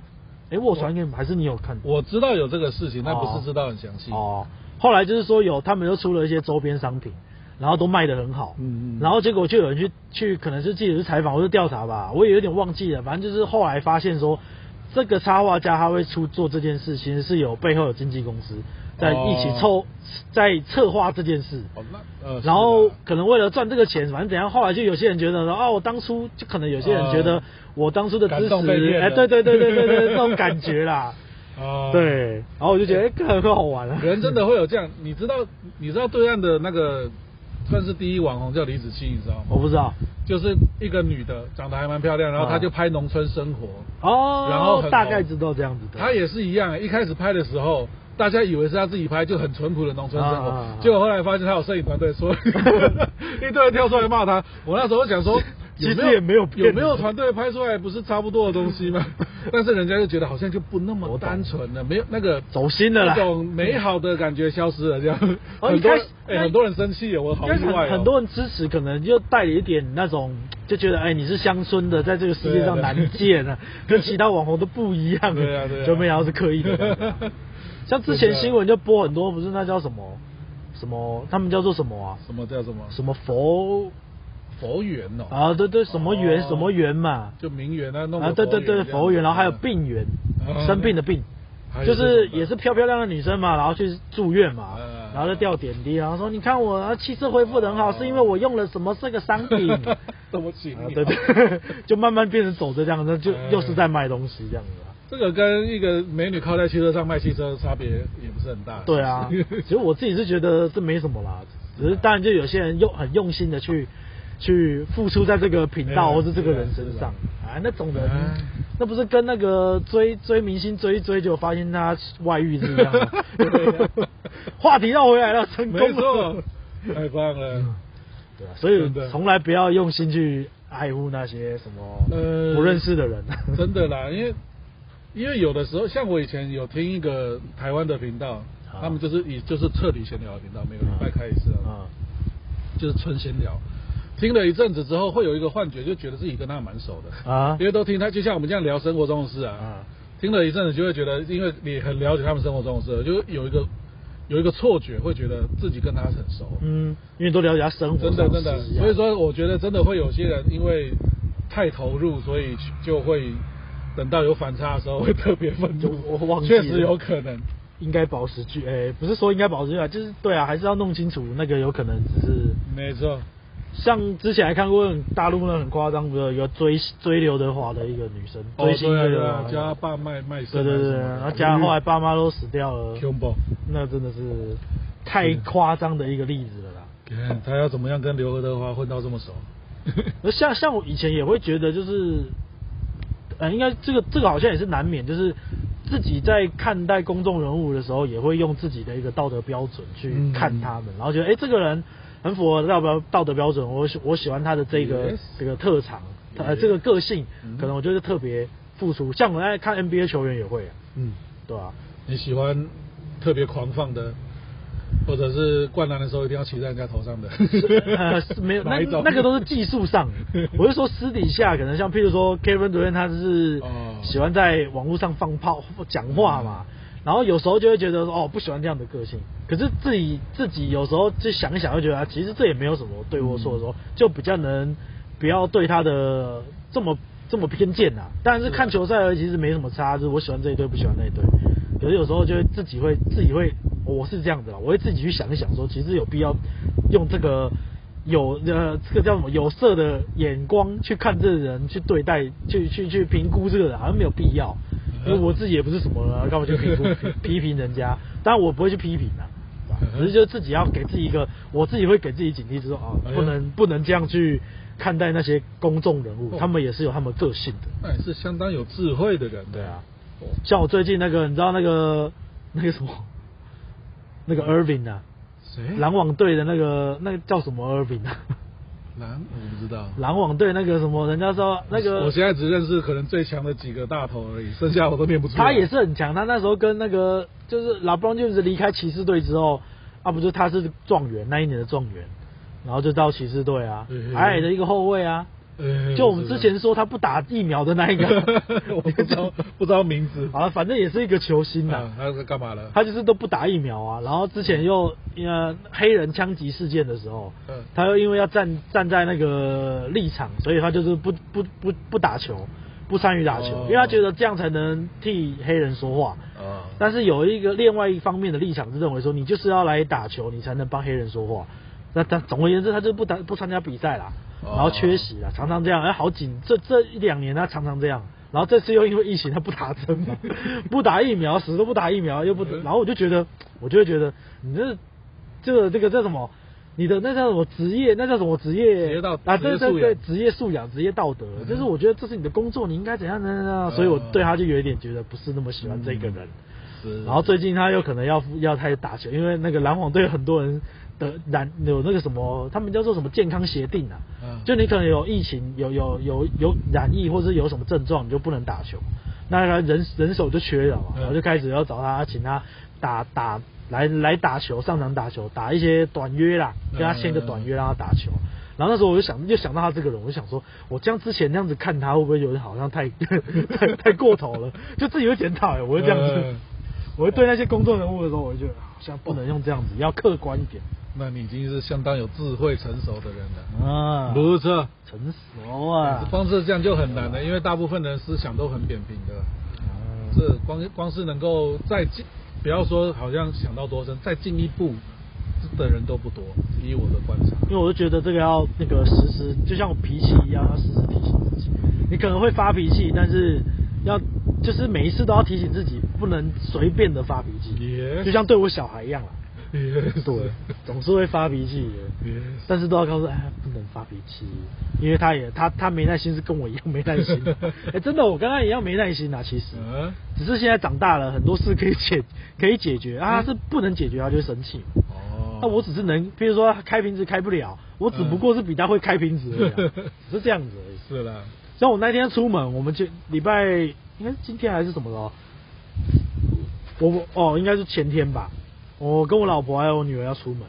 S2: 哎，我有传给你们，还是你有看？
S1: 我知道有这个事情，但不
S2: 哦
S1: 是知道很详细。
S2: 哦，后来就是说有他们又出了一些周边商品，然后都卖得很好，
S1: 嗯嗯
S2: 然后结果就有人去去，可能是记者去采访或是调查吧，我也有点忘记了，反正就是后来发现说。这个插画家他会出做这件事，其实是有背后有经纪公司在一起凑、在策划这件事。
S1: 哦哦，那呃，
S2: 然后
S1: 是的
S2: 可能为了赚这个钱，反正怎样，后来就有些人觉得说，哦，我当初就可能有些人觉得
S1: 呃
S2: 我当初的支
S1: 感动被
S2: 持，
S1: 骗
S2: 哎，
S1: 了
S2: 对对对对对对，这种感觉啦，
S1: 哦，
S2: 对，然后我就觉得，哎，这很好玩啊，
S1: 人真的会有这样，你知道你知道对岸的那个算是第一网红叫李子柒，你知道吗？
S2: 我不知道
S1: 就是一个女的，长得还蛮漂亮，然后她就拍农村生活，
S2: 哦，
S1: 然后很
S2: 大概知道这样子的，
S1: 她也是一样，一开始拍的时候。大家以为是她自己拍，就很淳朴的农村生
S2: 啊啊啊
S1: 活。结果后来发现她有摄影团队，所以 一堆人跳出来骂她。我那时候想说，
S2: 其
S1: 有
S2: 实也没有骗
S1: 有
S2: 人
S1: 没有团队拍出来不是差不多的东西 吗？但是人家就觉得好像就不那
S2: 我
S1: 么
S2: 懂
S1: 单纯了，没有那个
S2: 走心了啦
S1: 那，种美好的感觉消失了，这样。
S2: 哦
S1: 很
S2: 一开
S1: 多
S2: 始
S1: 人哎、很多人生气耶，我好
S2: 因
S1: 意
S2: 为
S1: 外、哦
S2: 很很多人支持，可能就带了一点那种，就觉得哎，你是乡村的，在这个世界上
S1: 对啊对
S2: 难见啊，跟其他网红都不一样，
S1: 对啊对啊，
S2: 就没想到是刻意的感觉啊。 像之前新闻就播很多，不是那叫什么什么，他们叫做什么啊？
S1: 什么叫什么
S2: 什么佛
S1: 佛缘哦、
S2: 啊？对对，什么缘、
S1: 哦
S2: 什么缘嘛？
S1: 就名媛啊，弄个
S2: 啊，对对
S1: 这
S2: 对，
S1: 样子
S2: 佛缘，然后还有病缘，
S1: 嗯
S2: 生病的病，
S1: 还有
S2: 就
S1: 这种
S2: 是
S1: 的
S2: 也是漂漂亮亮的女生嘛，然后去住院嘛
S1: 嗯，
S2: 然后就吊点滴，然后说你看我啊气色恢复的很好，
S1: 哦
S2: 是因为我用了什么这个商 品，啊
S1: 对不起，
S2: 对对，就慢慢变成走着这样，那就
S1: 嗯
S2: 又是在卖东西这样子啊。
S1: 这个跟一个美女靠在汽车上卖汽车差别也不是很大。
S2: 对啊，其实我自己是觉得这没什么啦，只是当然就有些人用很用心的去去付出在这个频道
S1: 对啊
S2: 或是这个
S1: 是啊
S2: 人身上，啊，那种人
S1: 哎，？
S2: 那不是跟那个追追明星追一追就发现他外遇是一样吗
S1: 对啊
S2: 话题绕回来了，成
S1: 没
S2: 功
S1: 错
S2: 了，，
S1: 太棒 了。
S2: 对啊，所以
S1: 真的
S2: 从来不要用心去爱护那些什
S1: 呃
S2: 么不认识的人，
S1: 真的啦，因为因为有的时候，像我以前有听一个台湾的频道，
S2: 啊
S1: 他们就是以就是彻底闲聊的频道，每个礼拜开一次啊，
S2: 啊，
S1: 就是纯闲聊。听了一阵子之后，会有一个幻觉，就觉得自己跟他蛮熟的
S2: 啊
S1: 因为都听他，就像我们这样聊生活中的事啊
S2: 啊。
S1: 听了一阵子，就会觉得，因为你很了解他们生活中的事，就有一个有一个错觉，会觉得自己跟他很熟。
S2: 嗯，因为都了解他生活
S1: 真
S2: 上
S1: 的
S2: 事啊
S1: 真的，
S2: 一样
S1: 所以说我觉得真的会有些人因为太投入，所以就会等到有反差的时候会特别愤怒
S2: 就。我忘记
S1: 确
S2: 了
S1: 实有可能，
S2: 应该保持距，诶、不是说应该保持距离啊，就是对啊，还是要弄清楚那个有可能只是
S1: 没错。
S2: 像之前还看过很大陆那很夸张的，有个追追刘德华的一个女生，
S1: 哦，
S2: 追星
S1: 对啊
S2: 的
S1: 对啊，加
S2: 爸，
S1: 爸卖卖身
S2: 对
S1: 啊
S2: 对
S1: 什么的，
S2: 对，然后加后来爸妈都死掉了，
S1: Kumbo，
S2: 那真的是太夸张的一个例子了啦。
S1: 看他要怎么样跟刘德华混到这么熟？
S2: 而像像我以前也会觉得，就是，呃，应该这个这个好像也是难免，就是自己在看待公众人物的时候，也会用自己的一个道德标准去
S1: 嗯
S2: 看他们，然后觉得，哎、这个人很符合道德道德标准，我喜我喜欢他的这个
S1: Yes
S2: 这个特长，呃，
S1: Yes
S2: 这个个性
S1: 嗯，
S2: 可能我就是特别付出。像我在看 NBA 球员也会、啊，
S1: 嗯，
S2: 对吧、
S1: 你喜欢特别狂放的，或者是灌篮的时候一定要骑在人家头 上的
S2: 呃，是，没有，那
S1: 哪一种
S2: 那个都是技术上。我是说私底下，可能像譬如说 Kevin 主任，他是
S1: 哦
S2: 喜欢在网络上放炮讲话嘛，然后有时候就会觉得说哦，不喜欢这样的个性。可是自己自己有时候就想一想，就觉得、啊、其实这也没有什么对或错的时候，就比较能不要对他的这么这么偏见呐、但是看球赛其实没什么差，就是我喜欢这一队，不喜欢那一队。可是有时候就会自己会自己会，哦我是这样子啦，我会自己去想一想说其实有必要用这个有呃这个叫什么有色的眼光去看这个人，去对待，去去去评估这个人，好像没有必要。
S1: 嗯
S2: 因为我自己也不是什 么人，干嘛去评估批批评人家？当然我不会去批评啊，对吧
S1: 嗯哼
S2: 只是就自己要给自己一个，我自己会给自己警惕，就说哦
S1: 哎，呀
S2: 不能不能这样去看待那些公众人
S1: 哦
S2: 物，他们也是有他们个性的。
S1: 那也是相当有智慧的人。
S2: 对啊
S1: 哦，
S2: 像我最近那个，你知道那个那个什么，那个 Irving 啊，
S1: 谁？
S2: 篮网队的那个那个叫什么 Irving 啊？
S1: 狼，我不知道。
S2: 篮网队那个什么，人家说那个
S1: 我现在只认识可能最强的几个大头而已，剩下我都念不出来。
S2: 他也是很强，他那时候跟那个就是拉布朗就是离开骑士队之后，啊不就他是状元那一年的状元，然后就到骑士队啊
S1: 嗯，
S2: 矮矮的一个后卫啊，
S1: 呃，，
S2: 就我们之前说他不打疫苗的那一个
S1: 我不知道不知道名字。
S2: 好了，反正也是一个球星呐、
S1: 啊，他是干嘛了？
S2: 他就是都不打疫苗啊，然后之前又呃黑人枪击事件的时候，
S1: 嗯
S2: 他又因为要站站在那个立场，所以他就是不不不不打球，不参与打球，
S1: 哦
S2: 因为他觉得这样才能替黑人说话。
S1: 啊，
S2: 但是有一个另外一方面的立场是认为说，你就是要来打球，你才能帮黑人说话。那他总而言之，他就不打不参加比赛啦，
S1: 哦
S2: 然后缺席啦，常常这样。哎，好紧，这这一两年他常常这样，然后这次又因为疫情他不打针 嘛，不打疫苗，死都不打疫苗，又不，
S1: 嗯
S2: 然后我就觉得，我就会觉得你这这个这个叫什么？你的那叫什么职业？那叫什么职业？
S1: 职业道
S2: 啊，
S1: 职业
S2: 对
S1: 素养
S2: 对对，职业素养、职业道德，
S1: 嗯
S2: 就是我觉得这是你的工作，你应该怎样怎样怎样。所以我对他就有一点觉得不是那么喜欢这个人。
S1: 是
S2: 然后最近他有可能要要开始打球，因为那个篮网队很多人的篮有那个什么，他们叫做什么健康协定啊，
S1: 嗯
S2: 就你可能有疫情，有有有有染疫或者是有什么症状，你就不能打球，那他人人手就缺了嘛，
S1: 嗯
S2: 然后就开始要找他，啊请他打打来来打球，上场打球，打一些短约啦，
S1: 嗯
S2: 跟他签个短约让他打球。然后那时候我就想，就想到他这个人，我就想说，我这样之前那样子看他，会不会有点好像太 太太过头了？就自己会检讨哎，我会这样子。
S1: 嗯
S2: 我会对那些公众人物的时候，我就觉得好像不能用这样子，要客观一点
S1: 那你已经是相当有智慧成熟的人了。
S2: 啊
S1: 不错，
S2: 成熟啊，
S1: 光是这样就很难了，因为大部分人思想都很扁平的。
S2: 嗯
S1: 这光光是能够再进，不要说好像想到多深，再进一步的人都不多，以我的观察。
S2: 因为我就觉得这个要那个时时，就像我脾气一样，要时时提醒自己。你可能会发脾气，但是要就是每一次都要提醒自己，不能随便的发脾气，
S1: 也
S2: 就像对我小孩一样啊。
S1: 也是
S2: 对，总是会发脾气的
S1: Yes
S2: 但是都要告诉他哎，不能发脾气，因为他也他他没耐心，是跟我一样没耐 心。哎、真的，我刚刚一样没耐心啊，其实，
S1: 嗯
S2: 只是现在长大了，很多事可以解 可以解决啊，他是不能解决他就会生气。
S1: 嗯哦，
S2: 那我只是能，比如说他开瓶子开不了，我只不过是比他会开瓶子而已啊、
S1: 嗯
S2: 只是这样子而已。
S1: 是啦，
S2: 像我那天出门，我们就礼拜应该是今天还是什么的哦，我哦应该是前天吧，我跟我老婆还有我女儿要出门，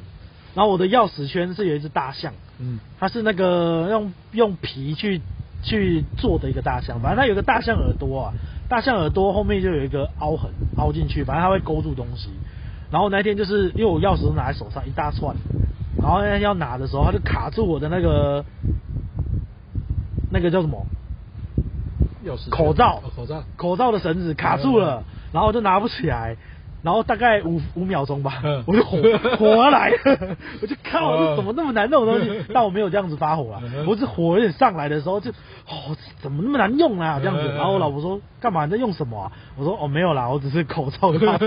S2: 然后我的钥匙圈是有一只大象，
S1: 嗯
S2: 它是那个用用皮去去做的一个大象，反正它有个大象耳朵啊，大象耳朵后面就有一个凹痕凹进去，反正它会勾住东西。然后那天就是因为我钥匙都拿在手上一大串，然后那天要拿的时候，它就卡住我的那个那个叫什么
S1: 钥匙圈
S2: 口罩
S1: 哦口罩，嗯
S2: 口罩的绳子卡住了，然后我就拿不起来，然后大概五五秒钟吧
S1: 嗯，
S2: 我 就火火来 了，我就靠，
S1: 哦
S2: 这怎么那么难弄的东西？但我没有这样子发火啊
S1: 嗯，哼
S2: 我只火有点上来的时候就，哦，怎么那么难用啊？这样子，
S1: 嗯
S2: 然后我老婆说干嘛你在用什么啊？我说哦没有啦，我只是口罩 拉卡，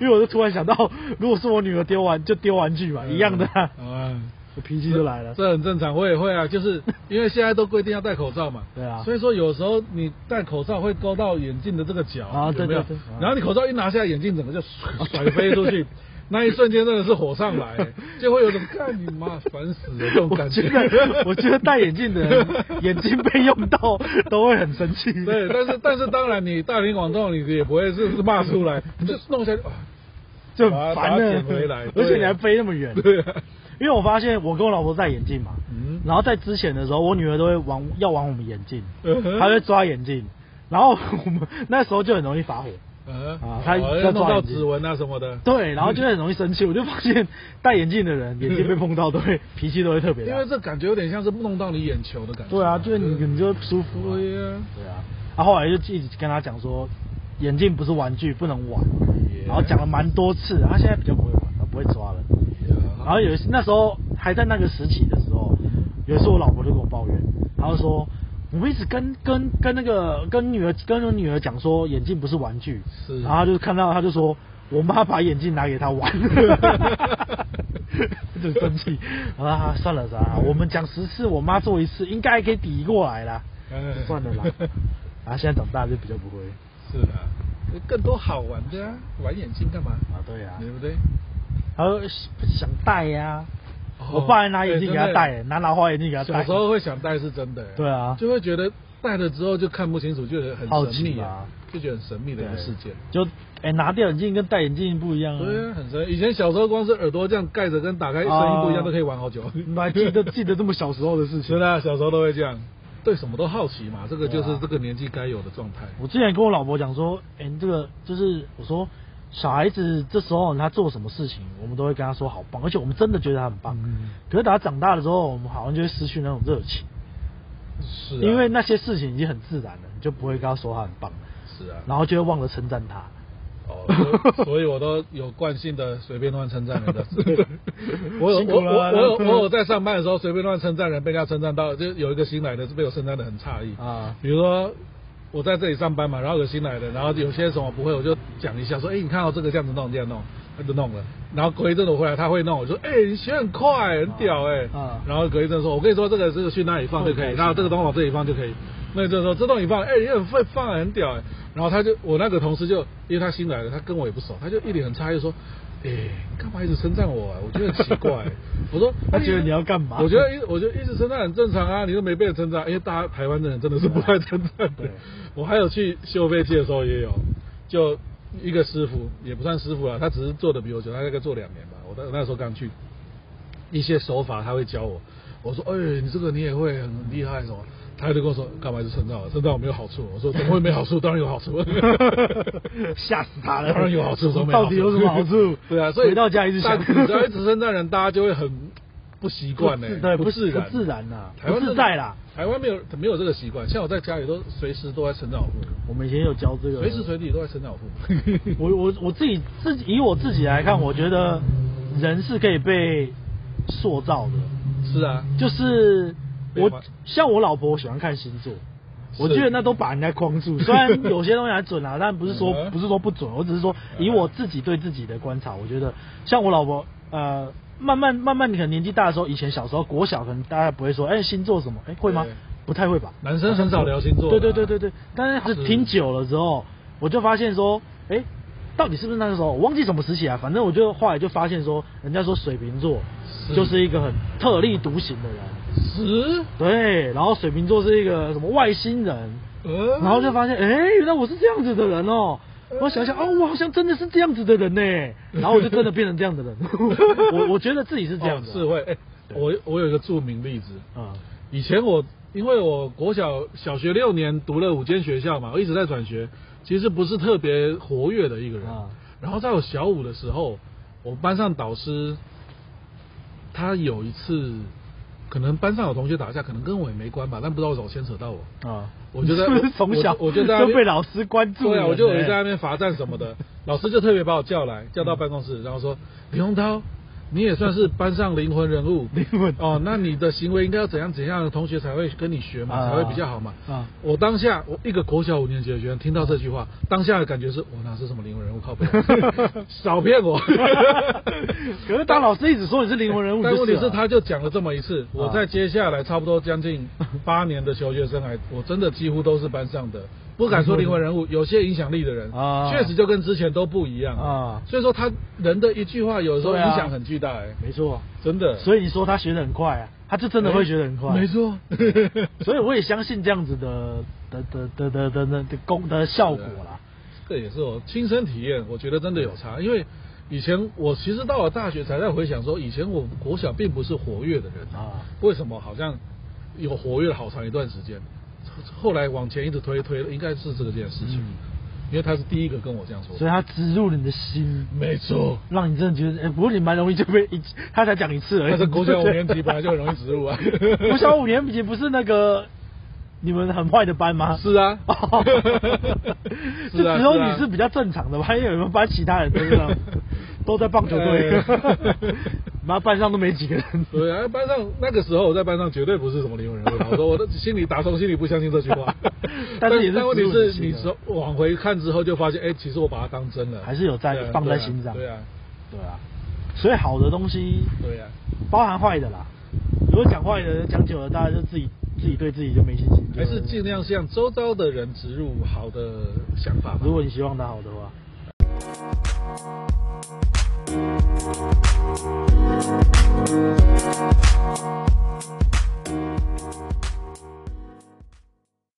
S2: 因为我就突然想到，如果是我女儿丢玩就丢玩具嘛， 一样的啊，
S1: 嗯。
S2: 我脾气就来了。
S1: 这很正常，我也会啊，就是因为现在都规定要戴口罩嘛，
S2: 对啊
S1: 所以说有时候你戴口罩会勾到眼镜的这个角，
S2: 啊对
S1: 有没有
S2: 对对啊
S1: 然后你口罩一拿下，眼镜整个就甩甩飞出 去，那一瞬间真的是火上来，就会有种看你妈烦死了这种
S2: 我
S1: 感
S2: 觉得，我觉得戴眼镜的人眼睛被用到都会很生气。
S1: 对，但 是但是当然你大庭广众你也不会是是骂出来，你就弄下去，啊
S2: 就很烦
S1: 把它
S2: 了
S1: 捡回来，对啊
S2: 而且你还飞那么远。
S1: 对啊，
S2: 因为我发现我跟我老婆戴眼镜嘛，
S1: 嗯
S2: 然后在之前的时候，我女儿都会玩要玩我们眼镜，
S1: 嗯哼
S2: 她会抓眼镜，然后我们那时候就很容易发火，
S1: 嗯
S2: 啊他
S1: 哦
S2: 要抓
S1: 弄到
S2: 眼睛
S1: 指纹啊什么的，
S2: 对，然后就会很容易生气。我就发现戴眼镜的人眼睛被碰到都会脾气都会特别
S1: 因
S2: 大
S1: 为，这感觉有点像是弄到你眼球的感觉，
S2: 对啊，就是你你就会不舒服啊，
S1: 对呀。
S2: 对啊，然后后来就一直跟她讲说，眼镜不是玩具，不能玩，
S1: Yeah
S2: 然后讲了蛮多次，她现在比较不会玩，她不会抓了。然
S1: 啊
S2: 后有一次那时候还在那个时期的时候，有一次我老婆就跟我抱怨，她就说我们一直跟跟跟那个跟女儿跟我女儿讲说眼镜不是玩具，
S1: 是
S2: 然后她就看到她就说我妈把眼镜拿给 她玩，就生气，然后她算了算了，我们讲十次我妈做一次应该还可以抵过来啦，
S1: 哎
S2: 就算了啦，然后现在长大就比较不会
S1: 是的，更多好玩的啊，玩眼睛干嘛？
S2: 啊，对呀、啊，
S1: 对不对？
S2: 她说想戴呀、
S1: 哦
S2: 我爸还拿眼镜给她
S1: 对
S2: 戴，
S1: 对
S2: 拿拿花眼镜给她戴，
S1: 小时候会想戴是真的，
S2: 对啊
S1: 就会觉得戴了之后就看不清楚，就觉得很神秘啊
S2: 好奇吧，
S1: 就觉得很神秘的一个世界。
S2: 就哎、拿掉眼镜跟戴眼镜不一样啊。
S1: 对啊，很神。以前小时候光是耳朵这样盖着，跟打开声音不一样，
S2: 啊
S1: 都可以玩好久。
S2: 你们还 记得记得这么小时候的事
S1: 是
S2: 情？
S1: 的，小时候都会这样，对什么都好奇嘛，这个就
S2: 对
S1: 是
S2: 啊
S1: 这个年纪该有的状态。
S2: 我之前跟我老婆讲说，哎、这个就是我说小孩子这时候他做什么事情，我们都会跟他说好棒，而且我们真的觉得他很棒。
S1: 嗯
S2: 可是等他长大了之后，我们好像就会失去那种热情，
S1: 是啊，
S2: 因为那些事情已经很自然了，你就不会跟他说他很棒，
S1: 是啊，
S2: 然后就会忘了称赞 他。
S1: 哦，所以 所以我都有惯性的随便乱称赞 人的
S2: 对。
S1: 我有
S2: 辛
S1: 我
S2: 苦了嗯
S1: 我我有我有在上班的时候随便乱称赞人，被人家称赞到，就有一个新来的是被我称赞的很诧异
S2: 啊
S1: 比如说我在这里上班嘛，然后有个新来的，然后有些什么不会，我就讲一下说，哎、你看到这个这样子弄，这样弄，他就弄了。然后隔一阵子我回来，他会弄，我说，哎、你学很快，很屌哎、
S2: 啊
S1: 然后隔一阵说，我跟你说这个这个去那里放就可以，
S2: 哦
S1: 然后这个东西往这里放就可以。那一阵说这东西放，哎、你很会放，很屌哎、然后他就我那个同事就，因为他新来的，他跟我也不熟，他就一脸很诧异说。哎，干嘛一直称赞我啊？我觉得很奇怪、 我说，哎
S2: 他觉得你要干嘛
S1: 我觉得一，我觉得一直称赞很正常啊，你都没被称赞，因为大家台湾的人真的是不太称赞的
S2: 对。
S1: 我还有去修飞机的时候也有，就一个师傅也不算师傅啊，他只是做的比我久，他大概做两年吧。我那那时候刚去，一些手法他会教我。我说，哎、你这个你也会很厉害什么？他就跟我说，干嘛就称赞我？称赞我没有好处。哦我说怎么会没好处？当然有好 处。啊
S2: 吓死他 了！
S1: 当然有好处，都没好
S2: 到底有什么好处
S1: ？对啊，所以
S2: 回到家一直
S1: 大
S2: 想，
S1: 家只要一直称赞人，大家就会很不习惯呢
S2: 不自，对
S1: 不
S2: 不
S1: 自然，
S2: 不自然呐
S1: 台湾
S2: 不自在啦。
S1: 台湾没有没有这个习惯，像我在家里都随时都在称赞我父母，
S2: 我们以前有教这个，
S1: 随时随地都在称赞我父母。
S2: 我我我自己自己以我自己来看，我觉得人是可以被塑造的，
S1: 是啊，
S2: 就是
S1: 被
S2: 我
S1: 吗
S2: 像我老婆，我喜欢看星座，我觉得那都把人家框 住。虽然有些东西还准啊， 但不是说
S1: 嗯哼嗯
S2: 不是说不准，我只是说以我自己对自己的观察，我觉得像我老婆，呃，慢慢慢慢，你可能年纪大的时候，以前小时候国小可能大家不会说，哎、星座什么，哎、会吗
S1: 对？
S2: 不太会吧。
S1: 男生很少聊星座的啊，
S2: 对对对对对，但是
S1: 是
S2: 听久了之后，我就发现说，哎、到底是不是那个时候？我忘记什么时期啊，反正我就后来就发现说，人家说水瓶座
S1: 是
S2: 就是一个很特立独行的人，
S1: 十，
S2: 对，然后水瓶座是一个什么外星人，
S1: 呃，
S2: 然后就发现，哎、原来我是这样子的人哦、我想想，哦，我好像真的是这样子的人呢，然后我就真的变成这样的人，我我觉得自己是这样
S1: 哦
S2: 子、啊
S1: 是会，哎，
S2: 对
S1: 我我有一个著名例子，啊
S2: 嗯，
S1: 以前我因为我国小小学六年读了五间学校嘛，我一直在转学，其实不是特别活跃的一个人。
S2: 啊
S1: 然后在我小五的时候，我班上导师他有一次，可能班上有同学打架，可能跟我也没关吧，但不知道为什么牵扯到我。
S2: 啊，
S1: 我就在
S2: 是不是从小
S1: 我我就在那
S2: 就
S1: 边
S2: 被老师关注
S1: 对
S2: 了
S1: 啊，
S2: 呢，
S1: 我就有在那边罚站什么的，老师就特别把我叫来，叫到办公
S2: 嗯
S1: 室，然后说：“李洪涛，你也算是班上灵魂人物，
S2: 灵魂
S1: 哦，那你的行为应该要怎样怎样的同学才会跟你学嘛，
S2: 啊
S1: 才会比较好嘛。”
S2: 啊
S1: 我当下我一个国小五年级的学生听到这句话，当下的感觉是我哪是什么灵魂人物，靠背， 少骗我。
S2: 可是当老师一直说你是灵魂人物、就
S1: 但
S2: 了
S1: 问题是，他就讲了这么一次，我
S2: 啊
S1: 在接下来差不多将近八年的求学生涯，我真的几乎都是班上的，不敢说灵魂人物，有些影响力的人
S2: 啊，
S1: 确实就跟之前都不一样。
S2: 啊，
S1: 所以说，他人的一句话，有时候
S2: 对
S1: 影
S2: 啊
S1: 响很巨大，哎，
S2: 没错。
S1: 真的。以
S2: 所以你说他学的很快啊，他就真的会学的很快。
S1: 没。错。
S2: 所以我也相信这样子的的的的的的的的功的效果啦。
S1: 这也是我亲身体验，我觉得真的有差，因为以前我其实到了大学才在回想说，以前我国小并不是活跃的人
S2: 啊
S1: 为什么好像有活跃了好长一段时间，后来往前一直推推，应该是这件事情，
S2: 嗯啊
S1: 因为他是第一个跟我这样说的，
S2: 所以他植入了你的心，
S1: 没错，
S2: 让你真的觉得，哎、不过你蛮容易就被一，他才讲一次而已。，
S1: 但是国小五年级本来就很容易植入啊
S2: 国小五年级 不是那个你们很坏的班吗？
S1: 是啊
S2: 哦，
S1: 是啊
S2: 只有
S1: 是啊
S2: 你是比较正常的吧？因为你们班其他人都是 那种都在棒球队
S1: 哎，
S2: 妈班上都没几个人。，
S1: 对啊，班上那个时候我在班上绝对不是什么灵魂人物啦，我说我的心里打从心里不相信这句话
S2: 但是也是
S1: 但问题
S2: 植入你的
S1: 是，
S2: 心
S1: 你
S2: 啊
S1: 说往回看之后就发现，哎、其实我把它当真了，
S2: 还是有在
S1: 对啊
S2: 放在心上
S1: 对啊，
S2: 对啊，所以好的东西
S1: 对啊，
S2: 包含坏的啦。如果讲坏的讲久了，大家就自己自己对自己就没信心。就
S1: 还是尽量向周遭的人植入好的想法吧。
S2: 如果你希望他好的话。